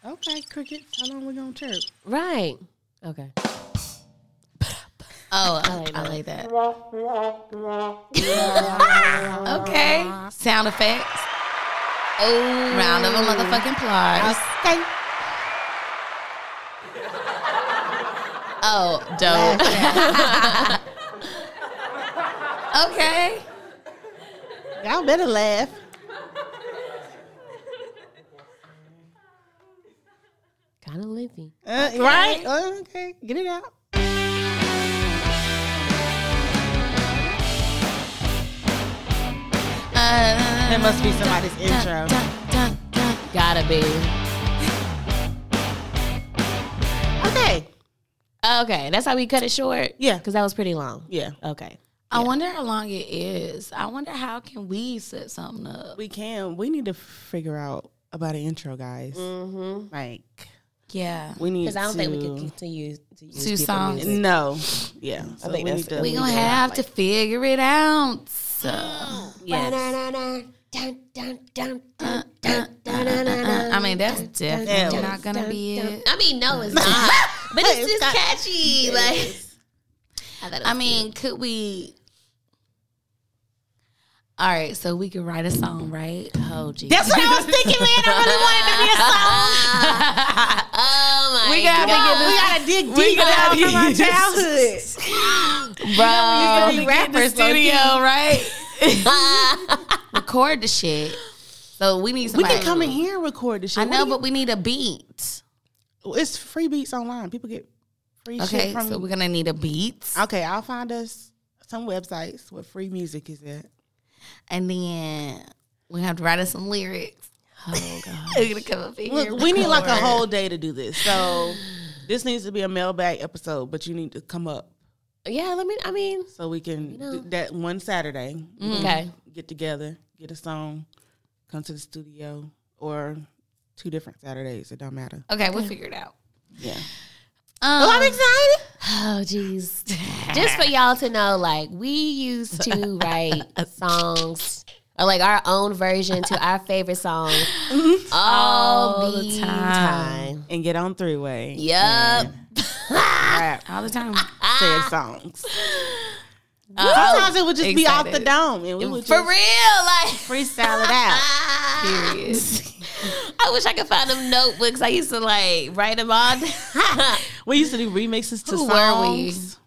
S3: Okay, cricket. How long we gonna chirp?
S5: Right. Okay.
S4: Oh, I like, I like that. *laughs* okay. Sound effects. Oh. Round of a motherfucking applause. Oh, dope. *laughs* okay.
S3: Y'all better laugh.
S5: Kind of living.
S3: Uh, Right? Uh, okay. Get it out.
S4: Uh, Uh,
S3: That must be somebody's intro.
S4: dun, dun.
S5: Gotta be.
S3: Okay.
S5: Okay, that's how we cut it short.
S3: Yeah.
S5: because that was pretty long.
S3: Yeah.
S5: Okay.
S4: I wonder how long it is. I wonder how can we set something up.
S3: We can. We need to figure out about an intro, guys.
S5: Mm-hmm.
S3: Like
S4: Yeah.
S3: we need
S5: Because I don't
S3: to.
S5: think we could continue to use
S4: Two
S5: people
S4: songs.
S5: music.
S3: No. Yeah. So
S5: think
S3: we
S5: that's
S3: need to-
S5: it.
S4: We're going to have to figure it out. So. *gasps*
S3: Yes.
S4: I mean, that's definitely
S3: dun,
S4: not gonna be it.
S5: I mean, no,
S3: *laughs*
S5: it's not. but it's just catchy. Like, I thought it
S4: I mean, could we? All right, so we could write a song, right? Oh, geez.
S3: That's what I was
S4: *laughs*
S3: thinking, man. I really wanted to be
S4: we gotta get We
S3: a song. We gotta dig
S5: oh my
S3: deep
S4: gotta
S3: out from our
S4: use-
S3: childhood.
S4: this, bro.
S3: we gotta get in the
S4: studio,
S3: studio,
S4: right?
S3: *laughs*
S4: Record the shit. So we need
S3: We
S4: somebody.
S3: can come in here and record the shit.
S4: I know,
S3: What
S4: but we need a beat.
S3: do you- it's free beats online. People get free
S4: Okay,
S3: shit from.
S4: so we're gonna need a beat,
S3: okay, I'll find us some websites where free music is at.
S4: and then we have to write us some lyrics. Oh *laughs* god, we're gonna come up in here.
S3: Look, we need like a
S4: record.
S3: whole day to do this. So this needs to be a mailbag episode, but you need to come up
S5: Yeah, let me. I mean,
S3: so we can
S5: know.
S3: do that one Saturday.
S5: okay.
S3: Get together, get a song, come to the studio, or two different Saturdays. It don't matter.
S4: Okay, we'll figure it out.
S3: Yeah.
S4: Um,
S5: I'm excited. Oh, jeez. Just for y'all to know, like we used to write songs. Or like our own version to our favorite song all,
S4: All
S5: the,
S4: the
S5: time.
S4: time.
S3: And get on three way.
S5: Yep.
S3: Rap,
S4: all the time.
S3: said
S4: *laughs*
S3: songs.
S4: Uh,
S3: Sometimes it would just be off the
S4: excited.
S3: dome and we would
S5: For
S4: *laughs*
S3: just
S5: real, like
S3: freestyle it out.
S4: period.
S5: *laughs* I wish I could find them notebooks. I used to like write them all. down. *laughs*
S3: We used to do remixes to
S4: Who were we?
S3: songs.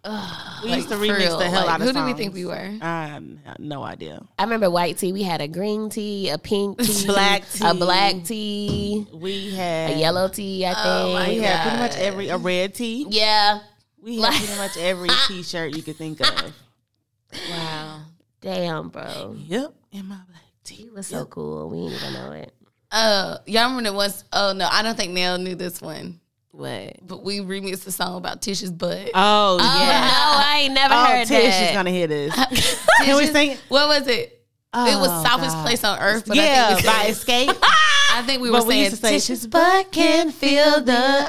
S3: we? used to
S4: For
S3: remix
S4: real,
S3: the hell
S4: like,
S3: out of
S4: Who
S3: songs.
S4: do we think we were?
S3: I have no idea.
S5: I remember white tea. We had a green tea, a pink tea,
S3: Black
S5: a
S3: tea.
S5: black tea,
S3: We had
S5: a yellow tea. I think.
S3: We had pretty much every a red tee.
S5: yeah.
S3: We had pretty
S4: *laughs*
S3: much every t-shirt you could think of.
S4: Wow.
S5: Damn, bro.
S3: Yep, in my black tee.
S5: It was so cool. We didn't even know it.
S4: Uh, y'all remember the ones? Oh no, I don't think Nell knew this one.
S5: *laughs* What?
S4: But we remixed the song about Tisha's butt.
S3: Oh, yeah.
S5: No, I ain't never
S3: Oh,
S5: heard
S3: Tish
S5: that.
S3: is gonna hit us.
S4: Can
S3: we sing it?
S4: What was it? it was
S3: Oh,
S4: softest
S3: God.
S4: place on earth. But I
S3: yeah,
S4: think we,
S3: by Escape.
S4: I think we were
S3: but we
S4: saying
S3: used to say
S4: Tisha's
S3: Tish's butt can feel the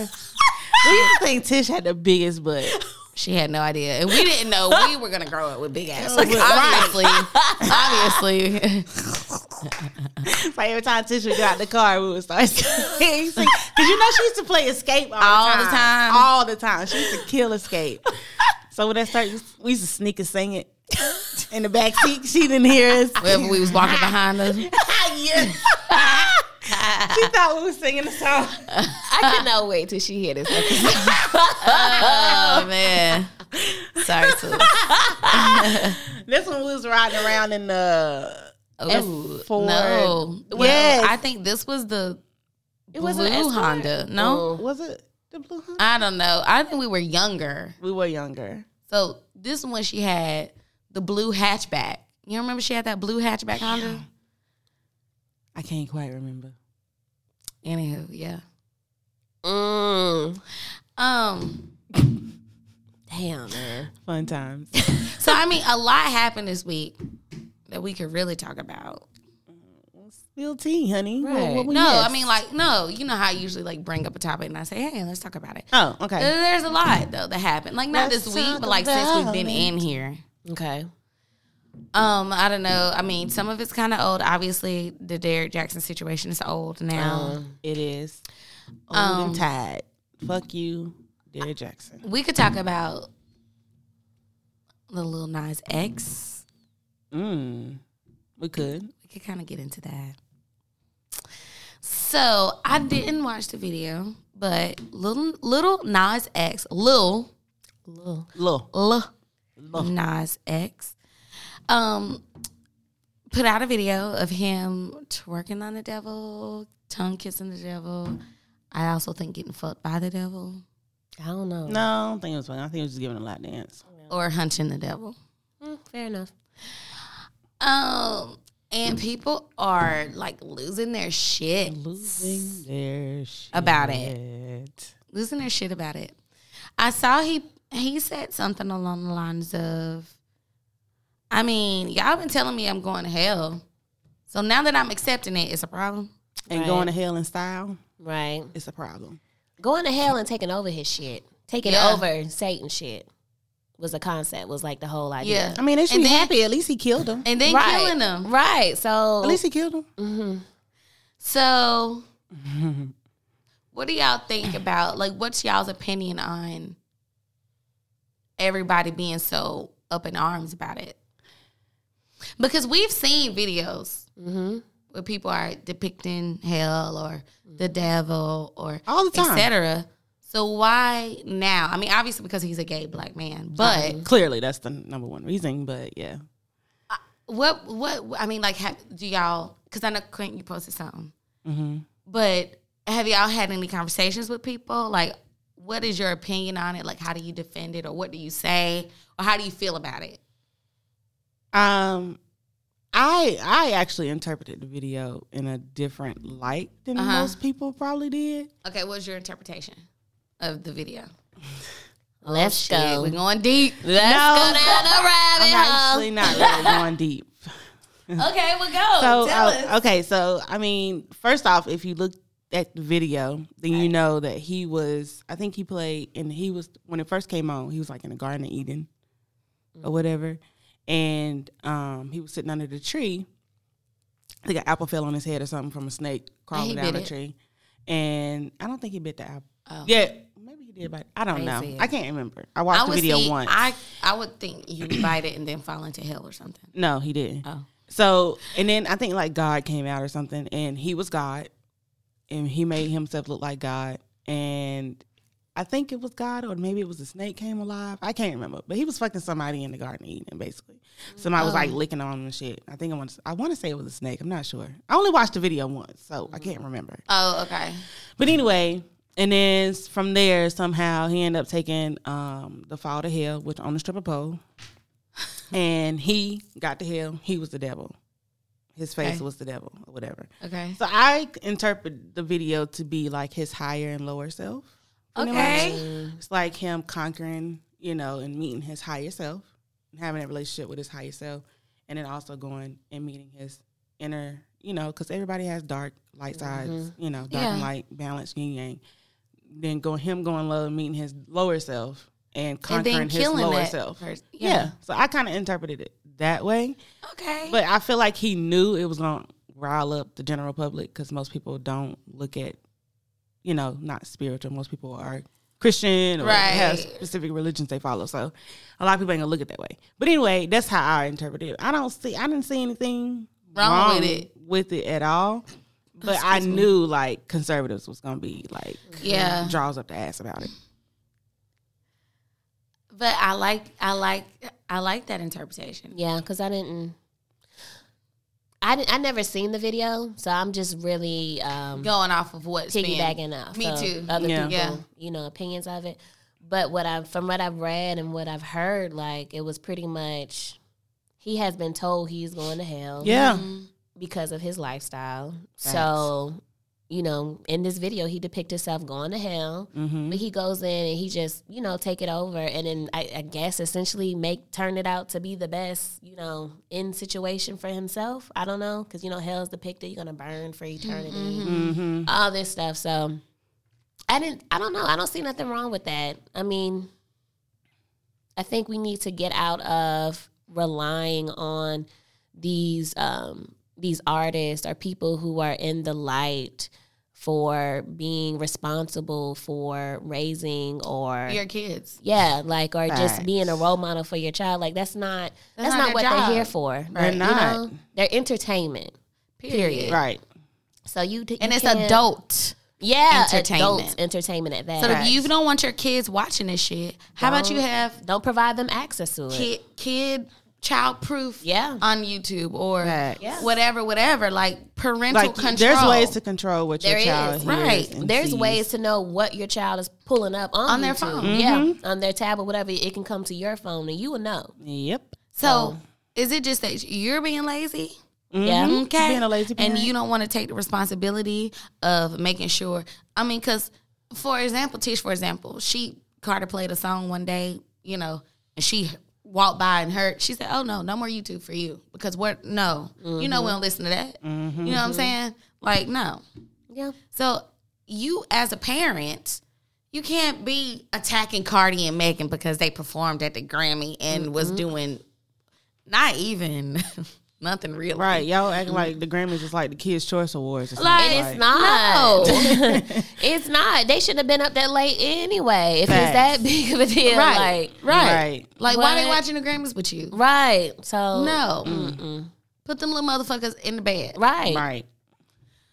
S3: earth. *laughs* we used to think Tish had the biggest butt.
S4: She had no idea, and we didn't know we were gonna grow up with big ass. obviously, obviously,
S3: It's like *laughs* every time Tish would get out the car, we would start *laughs* singing. Because you know she used to play Escape all,
S4: All the
S3: the,
S4: time.
S3: time. All the time. She used to kill Escape. so when that started, we used to sneak and sing it in the back seat. She didn't hear us.
S4: wherever we was walking behind us,
S3: *laughs* yes. she thought we were singing the song.
S5: I cannot wait till she hear this. episode.
S4: oh man, sorry, Sus.
S3: This one we was riding around in the
S4: Ooh,
S3: Ford.
S4: No, well,
S3: Yes.
S4: I think this was the
S3: it
S4: blue
S3: wasn't an Escort.
S4: Honda. No,
S3: um, Was it the blue Honda?
S4: Oh. I don't know. I think we were younger,
S3: We were younger.
S4: so this one she had the blue hatchback. You remember she had that blue hatchback Honda?
S3: I can't quite remember.
S4: Anywho, yeah.
S5: Mm.
S4: Um.
S5: *laughs* Damn, man.
S3: Fun times.
S4: So I mean, a lot happened this week that we could really talk about.
S3: Spill tea, honey. What-
S5: Right.
S3: what we
S4: No,
S3: missed?
S4: I mean like no. You know how I usually like bring up a topic and I say, hey, let's talk about it.
S3: Oh, okay.
S4: Uh, There's a lot though that happened. Like not
S3: Let's
S4: this week,
S3: talk
S4: but like since we've been
S3: about
S4: in here.
S5: Okay.
S4: Um, I don't know. I mean, some of it's kind of old. Obviously, the Derrick Jackson situation is old now.
S3: It is. Old
S4: uh, Um,
S3: and tied. Fuck you, Derrick Jackson.
S4: we could talk about the Lil Nas X.
S3: Mm. We could.
S4: We could kind of get into that. So I didn't watch the video, but little little Nas X, Lil Lil
S3: Look.
S4: Lil Nas X, um, put out a video of him twerking on the devil, tongue kissing the devil. I also think getting fucked by the devil
S5: I don't know.
S3: No, I don't think it was funny. I think it was just giving a lap dance.
S4: or hunching the devil.
S5: Mm, fair enough.
S4: Um, and people are like losing their shit.
S3: Losing their shit.
S4: About losing their shit about it. I saw he he said something along the lines of, "I mean, y'all been telling me I'm going to hell, so now that I'm accepting it, it's a problem."
S3: And
S5: Right.
S3: going to hell in style
S5: Right.
S3: is a problem.
S5: Going to hell and taking over his shit. Taking
S4: Yeah.
S5: over Satan shit was the concept, was like the whole idea.
S4: Yeah,
S3: I mean, they should
S4: And
S3: be
S4: then-
S3: happy. At least he killed him.
S4: and then
S5: Right.
S4: killing them.
S5: Right. So
S4: Oh.
S3: At least he killed him.
S4: So, what do y'all think about like what's y'all's opinion on everybody being so up in arms about it? Because we've seen videos
S3: Mm-hmm.
S4: where people are depicting hell or the devil or
S3: All the time.
S4: etc. So why now? I mean, obviously because he's a gay black man, but
S3: Clearly, that's the number one reason. But yeah,
S4: What what I mean, like, have, do y'all? Because I know Clint, you posted something,
S3: Mm-hmm.
S4: but have y'all had any conversations with people? Like, what is your opinion on it? Like, how do you defend it, or what do you say, or how do you feel about it?
S3: um, I I actually interpreted the video in a different light than
S5: Uh-huh.
S3: most people probably did.
S4: Okay, what's your interpretation of the video?
S5: Oh, let's
S4: Shit,
S5: go.
S4: we're going
S3: *laughs*
S4: deep.
S5: Let's
S3: No.
S5: go down the
S3: I'm
S5: rabbit hole.
S3: actually not really going deep.
S4: Okay, we'll go.
S3: So
S4: Tell
S3: uh,
S4: us.
S3: okay, so I mean, first off, if you look at the video, then you know that he was. I think he played, and he was when it first came on. He was like in the Garden of Eden, or
S4: Mm.
S3: whatever, and um, he was sitting under the tree. I think an apple fell on his head or something from a snake crawling
S4: bit
S3: down the
S4: it. Oh.
S3: tree, and I don't think he bit the apple. Yeah, maybe he did, but I don't know.
S4: see it.
S3: I can't remember. I
S4: I
S3: watched the
S4: would
S3: video
S4: see,
S3: once.
S4: I I would think you invite it and then fall into hell or something.
S3: No, he didn't.
S4: Oh.
S3: So, and then I think like God came out or something, and he was God, and he made himself look like God. And I think it was God, or maybe it was a snake came alive. I can't remember, but he was fucking somebody in the Garden of Eden, basically. Somebody was like licking on him and shit. I think I want to, I want to say it was a snake. I'm not sure. I only watched the video once, so I can't remember.
S4: Oh, okay.
S3: But anyway, and then s- from there, somehow he ended up taking um, the fall to hell, which on the
S4: *laughs*
S3: stripper pole. and he got to hell. He was the devil. His face
S4: Okay.
S3: was the devil, or whatever.
S4: Okay.
S3: So I interpret the video to be like his higher and lower self.
S4: Okay.
S3: It's like him conquering, you know, and meeting his higher self, and having a relationship with his higher self, and then also going and meeting his inner, you know, because everybody has dark light sides, you know, dark and
S4: Mm-hmm. Yeah.
S3: light, balance, yin yang. Then go him going low, and meeting his lower self, and
S4: And
S3: conquering
S4: then
S3: his
S4: killing
S3: lower
S4: that
S3: self.
S4: pers-
S3: yeah.
S4: yeah.
S3: So I kind of interpreted it that way,
S4: Okay.
S3: but I feel like he knew it was gonna rile up the general public because most people don't look at, you know, not spiritual. Most people are Christian or have
S4: Right.
S3: specific religions they follow. So a lot of people ain't gonna look at that way. But anyway, that's how I interpret it. I don't see I didn't see anything
S4: Wrong with it.
S3: with it at all. But I knew like conservatives was gonna be like
S4: Yeah.
S3: draws up the ass about it.
S4: But I like I like I like that interpretation.
S5: Yeah, because I didn't. I didn't, I never seen the video, so I'm just really um,
S4: Going off of what's been-
S5: piggybacking off.
S4: Me
S5: of
S4: too.
S5: Other
S3: Yeah.
S5: people,
S4: Yeah.
S5: you know, opinions of it. But what I from what I've read and what I've heard, like it was pretty much he has been told he's going to
S4: Mm-hmm.
S5: hell.
S3: Yeah.
S5: because of his lifestyle. So, you know, in this video, he depicts himself going to hell,
S3: Mm-hmm.
S5: but he goes in and he just, you know, take it over, and then I, I guess essentially make turn it out to be the best, you know, in situation for himself. I don't know, because you know, hell's depicted, you're gonna burn for eternity,
S4: Mm-hmm.
S5: all this stuff. So, I didn't, I don't know, I don't see nothing wrong with that. I mean, I think we need to get out of relying on these um, these artists or people who are in the light for being responsible for raising or
S4: Your kids.
S5: yeah, like or
S3: Facts.
S5: just being a role model for your child. Like that's not that's,
S4: not
S5: not,
S4: their
S5: what
S4: job.
S5: they're here for.
S3: They're not.
S5: They're entertainment.
S4: Period.
S3: Right.
S5: So you t-
S4: And
S5: you
S4: it's
S5: can't-
S4: adult.
S5: yeah
S4: entertainment.
S5: adult entertainment at that.
S4: So if you don't want your kids watching this shit, how about you have
S5: don't provide them access to it.
S4: kid kid child proof
S5: Yeah.
S4: on YouTube or
S3: Facts. Yeah.
S4: whatever, whatever. Like parental
S3: Like
S4: control.
S3: there's ways to control what
S5: There
S3: your
S5: is,
S3: child hears
S4: right.
S3: and
S5: There's
S3: sees.
S5: ways to know what your child is pulling up on, Mm-hmm.
S4: On their
S5: YouTube.
S4: phone.
S5: Yeah, on their tablet, whatever. It can come to your phone and you will know.
S3: Yep.
S4: So
S5: Oh.
S4: is it just that you're being lazy?
S5: Yeah.
S4: Okay.
S3: Being a lazy
S4: And
S3: parent.
S4: you don't want to take the responsibility of making sure. I mean, because, for example, Tish, for example, she, Carter played a song one day, you know, and she walked by and heard, she said, oh, no, no more YouTube for you. Because we're, no, you know, we
S3: Mm-hmm.
S4: don't listen to that. You know what I'm saying? Like, no.
S5: Yeah.
S4: So you as a parent, you can't be attacking Cardi and Megan because they performed at the Grammy and was
S3: Mm-hmm.
S4: doing not even *laughs* nothing real.
S3: Right, y'all acting like the Grammys is like the Kids' Choice Awards. Or something.
S5: And it's not. *laughs* it's not. They shouldn't have been up that late anyway. If
S3: Facts.
S5: it's that big of a deal,
S4: Right.
S5: like
S4: right.
S3: Right.
S4: Like why they
S5: What?
S4: watching the Grammys with you?
S5: right. So
S4: No. Put them little motherfuckers in the bed.
S5: right.
S3: right.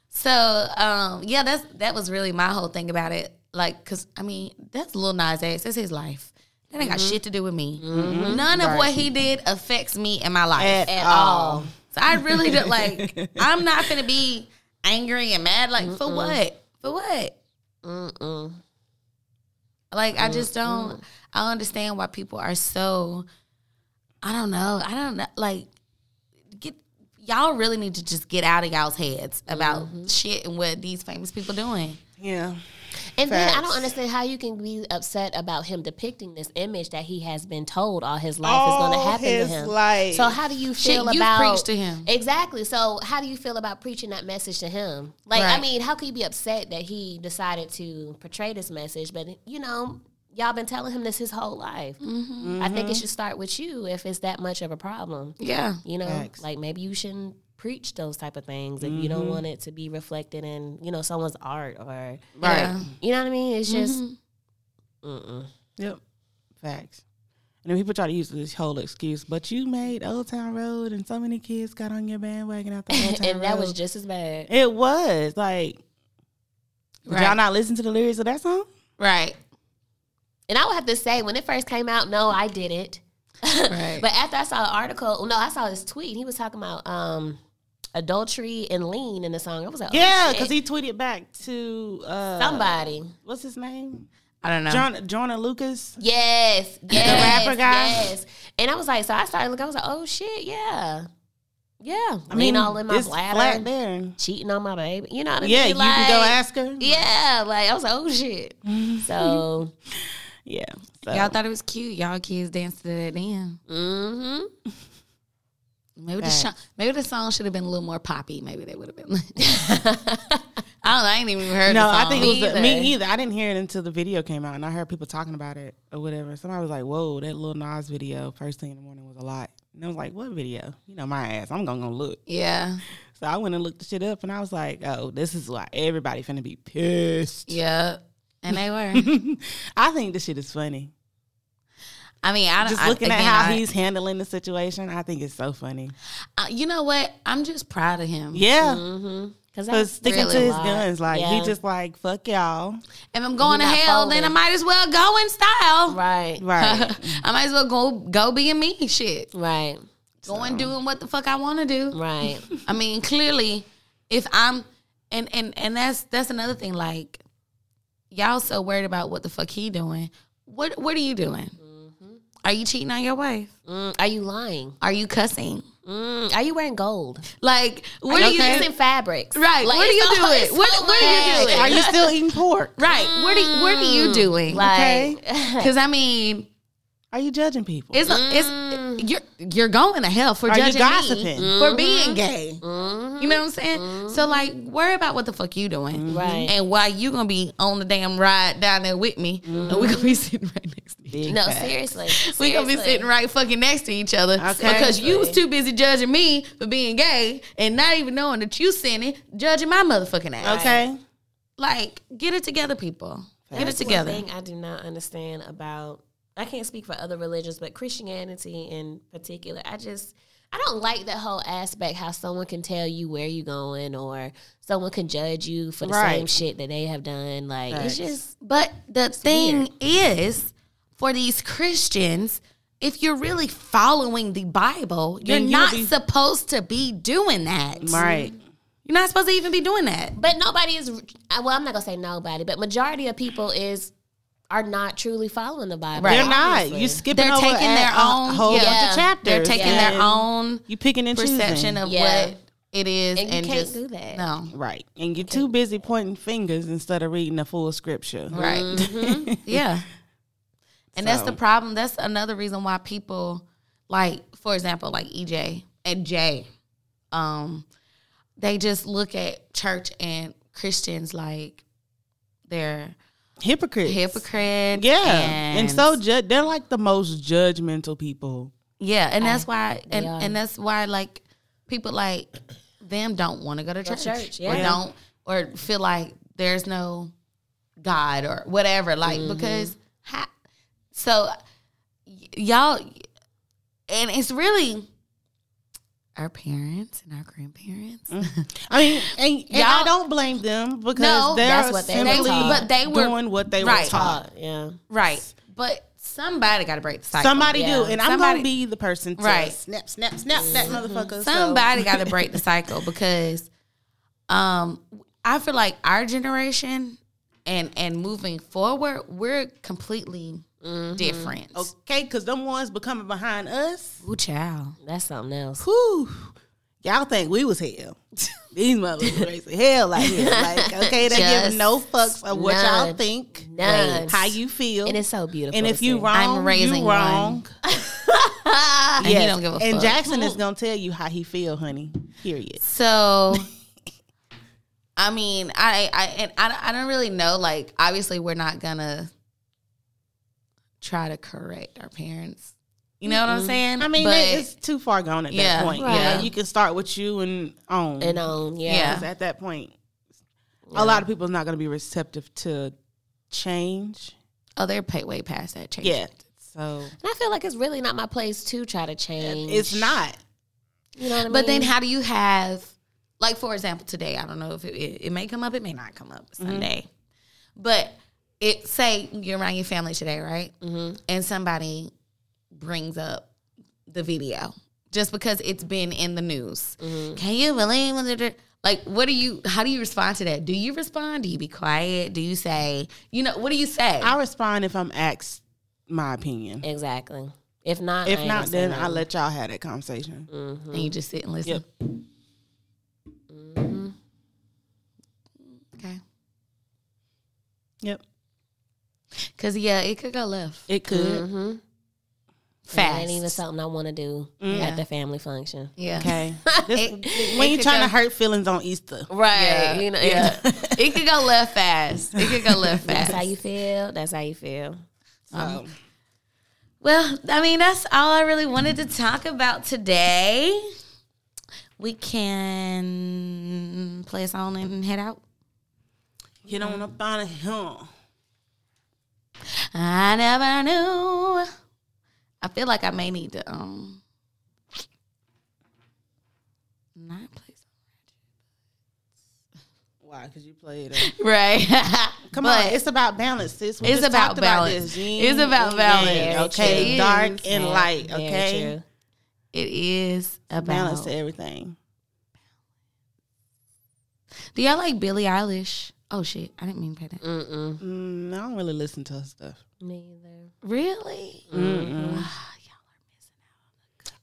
S4: So um, yeah, that's that was really my whole thing about it. Like, cause I mean, that's Lil Nas X. That's his life. That ain't got
S5: Mm-hmm.
S4: shit to do with me. None of what he did affects me in my life
S3: At
S5: all.
S4: So I really
S5: *laughs*
S4: do like. I'm not gonna be angry and mad. Like for what? For what?
S5: Mm-mm.
S4: Like I just don't. I understand why people are so. I don't know. I don't know. Like get y'all really need to just get out of y'all's heads about shit and what these famous people doing.
S3: Yeah.
S5: And then I
S3: Facts.
S5: don't understand how you can be upset about him depicting this image that he has been told all his life is going to
S3: All
S5: happen
S3: his
S5: to him.
S3: life.
S5: So how do you
S4: Shit,
S5: feel
S4: you
S5: about
S4: preach to him.
S5: exactly? So how do you feel about preaching that message to him? Like, I
S4: Right.
S5: mean, how could you be upset that he decided to portray this message? But you know, y'all been telling him this his whole life.
S4: Mm-hmm.
S5: I think it should start with you if it's that much of a problem.
S4: Yeah.
S5: You know,
S3: Facts.
S5: like maybe you shouldn't preach those type of things if you don't want it to be reflected in you know someone's art or
S3: Right.
S4: Yeah. Mm-hmm.
S5: you know what I mean? It's just
S3: Yep. Facts. And then people try to use this whole excuse, but you made Old Town Road, and so many kids got on your bandwagon after Old Town
S5: *laughs* and that was
S3: Road.
S5: just as bad.
S3: it was like, did
S4: Right.
S3: y'all not listen to the lyrics of that
S5: Oh,
S3: song?
S4: Right.
S5: And I would have to say, when it first came out, no, I didn't.
S4: Right.
S5: *laughs* But after I saw the article, no, I saw his tweet. He was talking about um, adultery and lean in the song. I was like, oh,
S3: Yeah,
S5: shit.
S3: because he tweeted back to uh,
S5: somebody.
S3: What's his name?
S4: I don't know.
S3: John Jonah Lucas. *laughs*
S5: Yes, yes,
S3: rapper guy?
S5: Yes. And I was like, so I started looking. I was like, oh shit, yeah, yeah. I
S3: mean,
S5: mean, all in my
S3: it's
S5: bladder,
S3: flat there.
S5: cheating on my baby. You know what I mean?
S3: Yeah, you
S5: Like,
S3: can go ask her.
S5: Yeah, like I was like,
S3: *laughs*
S5: oh shit. so,
S3: Yeah. So,
S4: Y'all thought it was cute. Y'all kids danced to that damn.
S5: mm-hmm.
S4: Maybe the song, maybe the song should have been a little more poppy. Maybe they would have *laughs* been. I don't know. I ain't even heard.
S3: no,
S4: the song.
S3: I think it was the, me either. I didn't hear it until the video came out, and I heard people talking about it or whatever. Somebody was like, "Whoa, that little Nas video first thing in the morning was a lot." And I was like, "What video?" You know, my ass. I'm gonna go look.
S4: Yeah,
S3: So I went and looked the shit up, and I was like, "Oh, this is why everybody finna be pissed."
S4: yeah, and they were.
S3: *laughs* I think this shit is funny.
S4: I mean, I don't.
S3: Just
S4: I-
S3: looking at
S4: again,
S3: how
S4: I-
S3: he's handling the situation, I think it's so funny.
S4: I- you know what? I'm just proud of him.
S3: Yeah,
S5: Because
S3: but sticking
S4: Mm-hmm. really
S3: to his
S4: a lot.
S3: guns, like
S5: Yeah.
S3: he just like
S4: *laughs*
S3: fuck y'all,
S4: If I'm going to
S5: not
S4: hell, then I
S5: folding.
S4: might as well go in style.
S5: right,
S3: right?
S4: *laughs* I might as well go go being me. Shit,
S5: right,
S4: going doing what the fuck I want to do.
S5: right.
S4: I mean, clearly, if I'm and and and that's that's another thing. Like, y'all so worried about what the fuck he doing. What what are you doing?
S5: Mm-hmm.
S4: Are you cheating on your wife?
S5: Mm, are you lying?
S4: Are you cussing?
S5: Mm, are you wearing gold?
S4: Like, what
S5: Are
S4: are
S5: you
S4: you
S5: using fabrics?
S4: right?
S5: Like,
S4: what are
S5: it's
S4: you
S5: so-
S4: doing?
S5: it's
S4: what
S5: so
S4: what are you
S5: much.
S4: doing?
S3: Are you
S5: *laughs*
S3: still eating pork?
S4: right? What are you, what are you doing?
S5: Mm. Like,
S4: Because I mean,
S3: Are you judging people?
S4: it's
S5: Mm.
S4: it's you're you're going to hell for
S3: Are you
S4: judging me
S3: gossiping?
S4: for
S5: Mm-hmm.
S4: being gay. You know what I'm saying? So
S3: Mm-hmm.
S4: like, worry about what the fuck you doing,
S5: Right.
S4: And why you gonna be on the damn ride down there with me, and we gonna
S3: Mm-hmm.
S4: be sitting right next to each other.
S5: no, seriously,
S4: We gonna be
S5: Seriously.
S4: sitting right fucking next to each other
S3: Okay.
S4: because you was too busy judging me for being gay and not even knowing that you sinning, judging my motherfucking ass.
S3: okay.
S4: Like, get it together, people. Get it
S5: That's
S4: together.
S5: One thing I do not understand about I can't speak for other religions, but Christianity in particular, I just I don't like that whole aspect how someone can tell you where you going or someone can judge you for the
S3: Right.
S5: same shit that they have done. Like it's just
S4: But the thing is, for these Christians, if you're really following the Bible, you're
S3: Then you'll
S4: not
S3: be-
S4: supposed to be doing that.
S3: Right.
S4: You're not supposed to even be doing that.
S5: but nobody is I- well, I'm not gonna say nobody, but majority of people is are not truly following the Bible.
S4: Right.
S3: They're not.
S5: obviously.
S3: You skipping
S4: They're
S3: over
S4: taking
S3: a-
S4: their
S3: a
S4: own
S3: whole
S4: yeah,
S3: bunch of chapters.
S4: They're taking
S3: and
S4: their own
S3: You picking and
S4: perception
S3: choosing.
S4: of
S5: Yeah.
S4: what it is,
S5: And
S4: and,
S5: you can't
S4: just
S5: do that.
S4: No,
S3: right, and you're too busy pointing fingers instead of reading the full scripture.
S4: right? Mm-hmm.
S3: *laughs*
S4: yeah, and that's
S3: So.
S4: the problem. That's another reason why people like, for example, like EJ and Jay, um, they just look at church and Christians like they're
S3: Hypocrites.
S4: hypocrites.
S3: yeah, and, so ju- they're like the most judgmental people.
S4: yeah, and that's why, and,
S5: are.
S4: and that's why like people like them don't want to go to church,
S5: church,
S4: or
S5: yeah.
S4: don't or feel like there's no God or whatever. Like because ha- so y- y'all, and it's really. Our parents and our grandparents.
S3: I mean, and, and I
S4: Y'all-
S3: don't blame them because
S4: No,
S3: they're
S5: that's what they were
S3: simply
S5: taught.
S4: But they were-
S3: doing what they
S4: right.
S3: were taught.
S5: Uh, yeah.
S4: Right. But somebody got to break the cycle.
S3: Somebody
S5: Yeah.
S3: do, and I'm
S4: Somebody-
S3: gonna be the person to
S4: Right. Mm-hmm.
S3: snap, snap, snap that motherfucker. so-
S4: Somebody got to break the
S3: *laughs*
S4: cycle because um I feel like our generation and and moving forward, we're completely
S3: Mm-hmm.
S4: different.
S3: okay, because them ones becoming behind us.
S4: Ooh, child.
S5: That's something else.
S3: Whew. Y'all think we
S4: *laughs*
S3: was hell. These motherfuckers raising hell like hell. Like, okay, they
S4: Just
S3: give no fucks of what y'all
S5: none.
S3: think,
S5: None.
S3: how you feel.
S5: And it's so beautiful.
S3: And
S5: to
S3: if you
S5: see.
S3: wrong,
S4: I'm raising
S3: you wrong.
S4: *laughs* And he
S3: Yes.
S4: don't give a
S3: and
S4: fuck.
S3: Jackson is gonna tell you how he feel, honey. Period. *laughs*
S4: So, I mean, I I and I, I don't really know. Like, obviously, we're not gonna try to correct our parents. You know what I'm saying?
S3: I mean,
S4: But-
S3: it's too far gone at
S4: Yeah,
S3: that point.
S4: right. uh,
S3: You, know, you can start with you and on.
S5: and on, yeah.
S4: Yeah.
S3: 'Cause at that point, a lot of people is not gonna be receptive to change.
S4: oh, they're pay, way past that. Change.
S3: Yeah. So So
S5: And I feel like it's really not my place to try to change.
S3: it's not.
S5: you know what I mean?
S4: But then how do you have, like, for example, today, I don't know if it, it, it may come up, it may not come up Sunday. But it say you're around your family today, right? Mm-hmm. And somebody brings up the video just because it's been in the news. Can you believe it? Like, what do you, how do you respond to that? Do you respond? Do you be quiet? Do you say, you know, what do you say?
S3: I respond if I'm asked my opinion.
S5: exactly. If not, I
S3: If
S5: ain't
S3: not,
S5: gonna say
S3: then
S5: nothing.
S3: I let y'all have that conversation.
S4: and you just sit and listen. Okay.
S3: Yep,
S4: Because, yeah, it could go left
S3: it could.
S4: Mm-hmm.
S5: And
S4: fast.
S5: It ain't even something I want to do at the family function.
S4: yeah. *laughs*
S3: Okay, this,
S4: It-
S3: when
S4: it
S3: you
S4: could
S3: trying to
S4: go-
S3: hurt feelings on Easter,
S5: Right.
S4: Yeah,
S5: You know,
S4: yeah.
S5: yeah.
S4: it could go left fast. It could go left
S5: *laughs* That's how
S4: fast.
S5: you feel. That's how you feel.
S3: so,
S4: Well, I mean, that's all I really wanted to talk about today. We can play a song and head out. Mm-hmm.
S3: get on up out of here.
S4: I never knew. I feel like I may need to um not play.
S3: Why? Because you played
S4: *laughs*
S3: it.
S4: some- Right.
S3: Come on,
S4: But-
S3: it's about balance, sis. We
S4: It's
S3: just
S4: about
S3: talked
S4: balance.
S3: this. Yin
S4: It's about
S3: and
S4: balance.
S3: yang,
S4: Very
S3: Okay,
S4: true.
S3: dark
S4: Yes.
S3: and light.
S5: Very
S3: Okay,
S5: true.
S4: it is about
S3: balance to everything.
S4: Do y'all like Billie Eilish? Oh shit, I didn't mean to play that.
S5: Mm-mm.
S3: Mm, I don't really listen to her stuff.
S5: Me either.
S4: Really?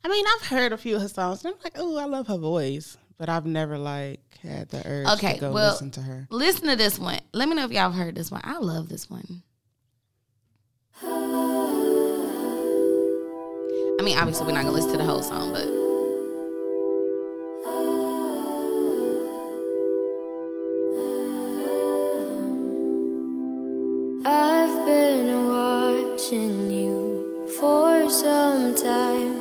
S3: I mean, I've heard a few of her songs. And I'm like, oh, I love her voice, but I've never like had the urge
S4: Okay,
S3: to go
S4: well-
S3: listen to her.
S4: Listen to this one. Let me know if y'all have heard this one. I love this one. I mean, obviously, we're not gonna listen to the whole song, but
S7: I've been watching you for some time.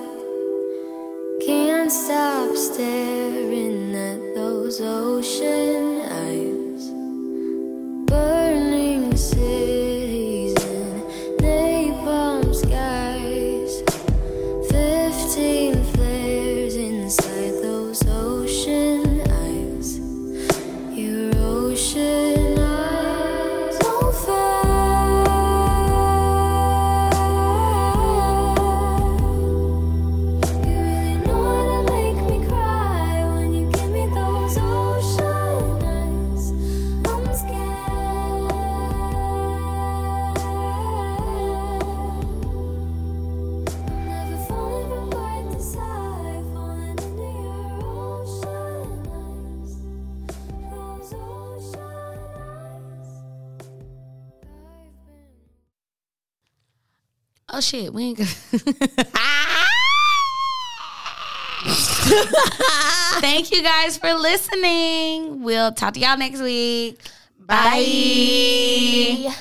S7: Can't stop staring at those ocean eyes. Burning cities and napalm skies. Fifteen flares inside those ocean eyes. Your ocean eyes on fire. You really know how to make me cry when you give me those ocean eyes. I'm scared. Never falling from quite the sky, falling into your ocean eyes. Those ocean eyes. I've been
S4: oh shit, we ain't gonna. *laughs* Thank you guys for listening. We'll talk to y'all next week. Bye.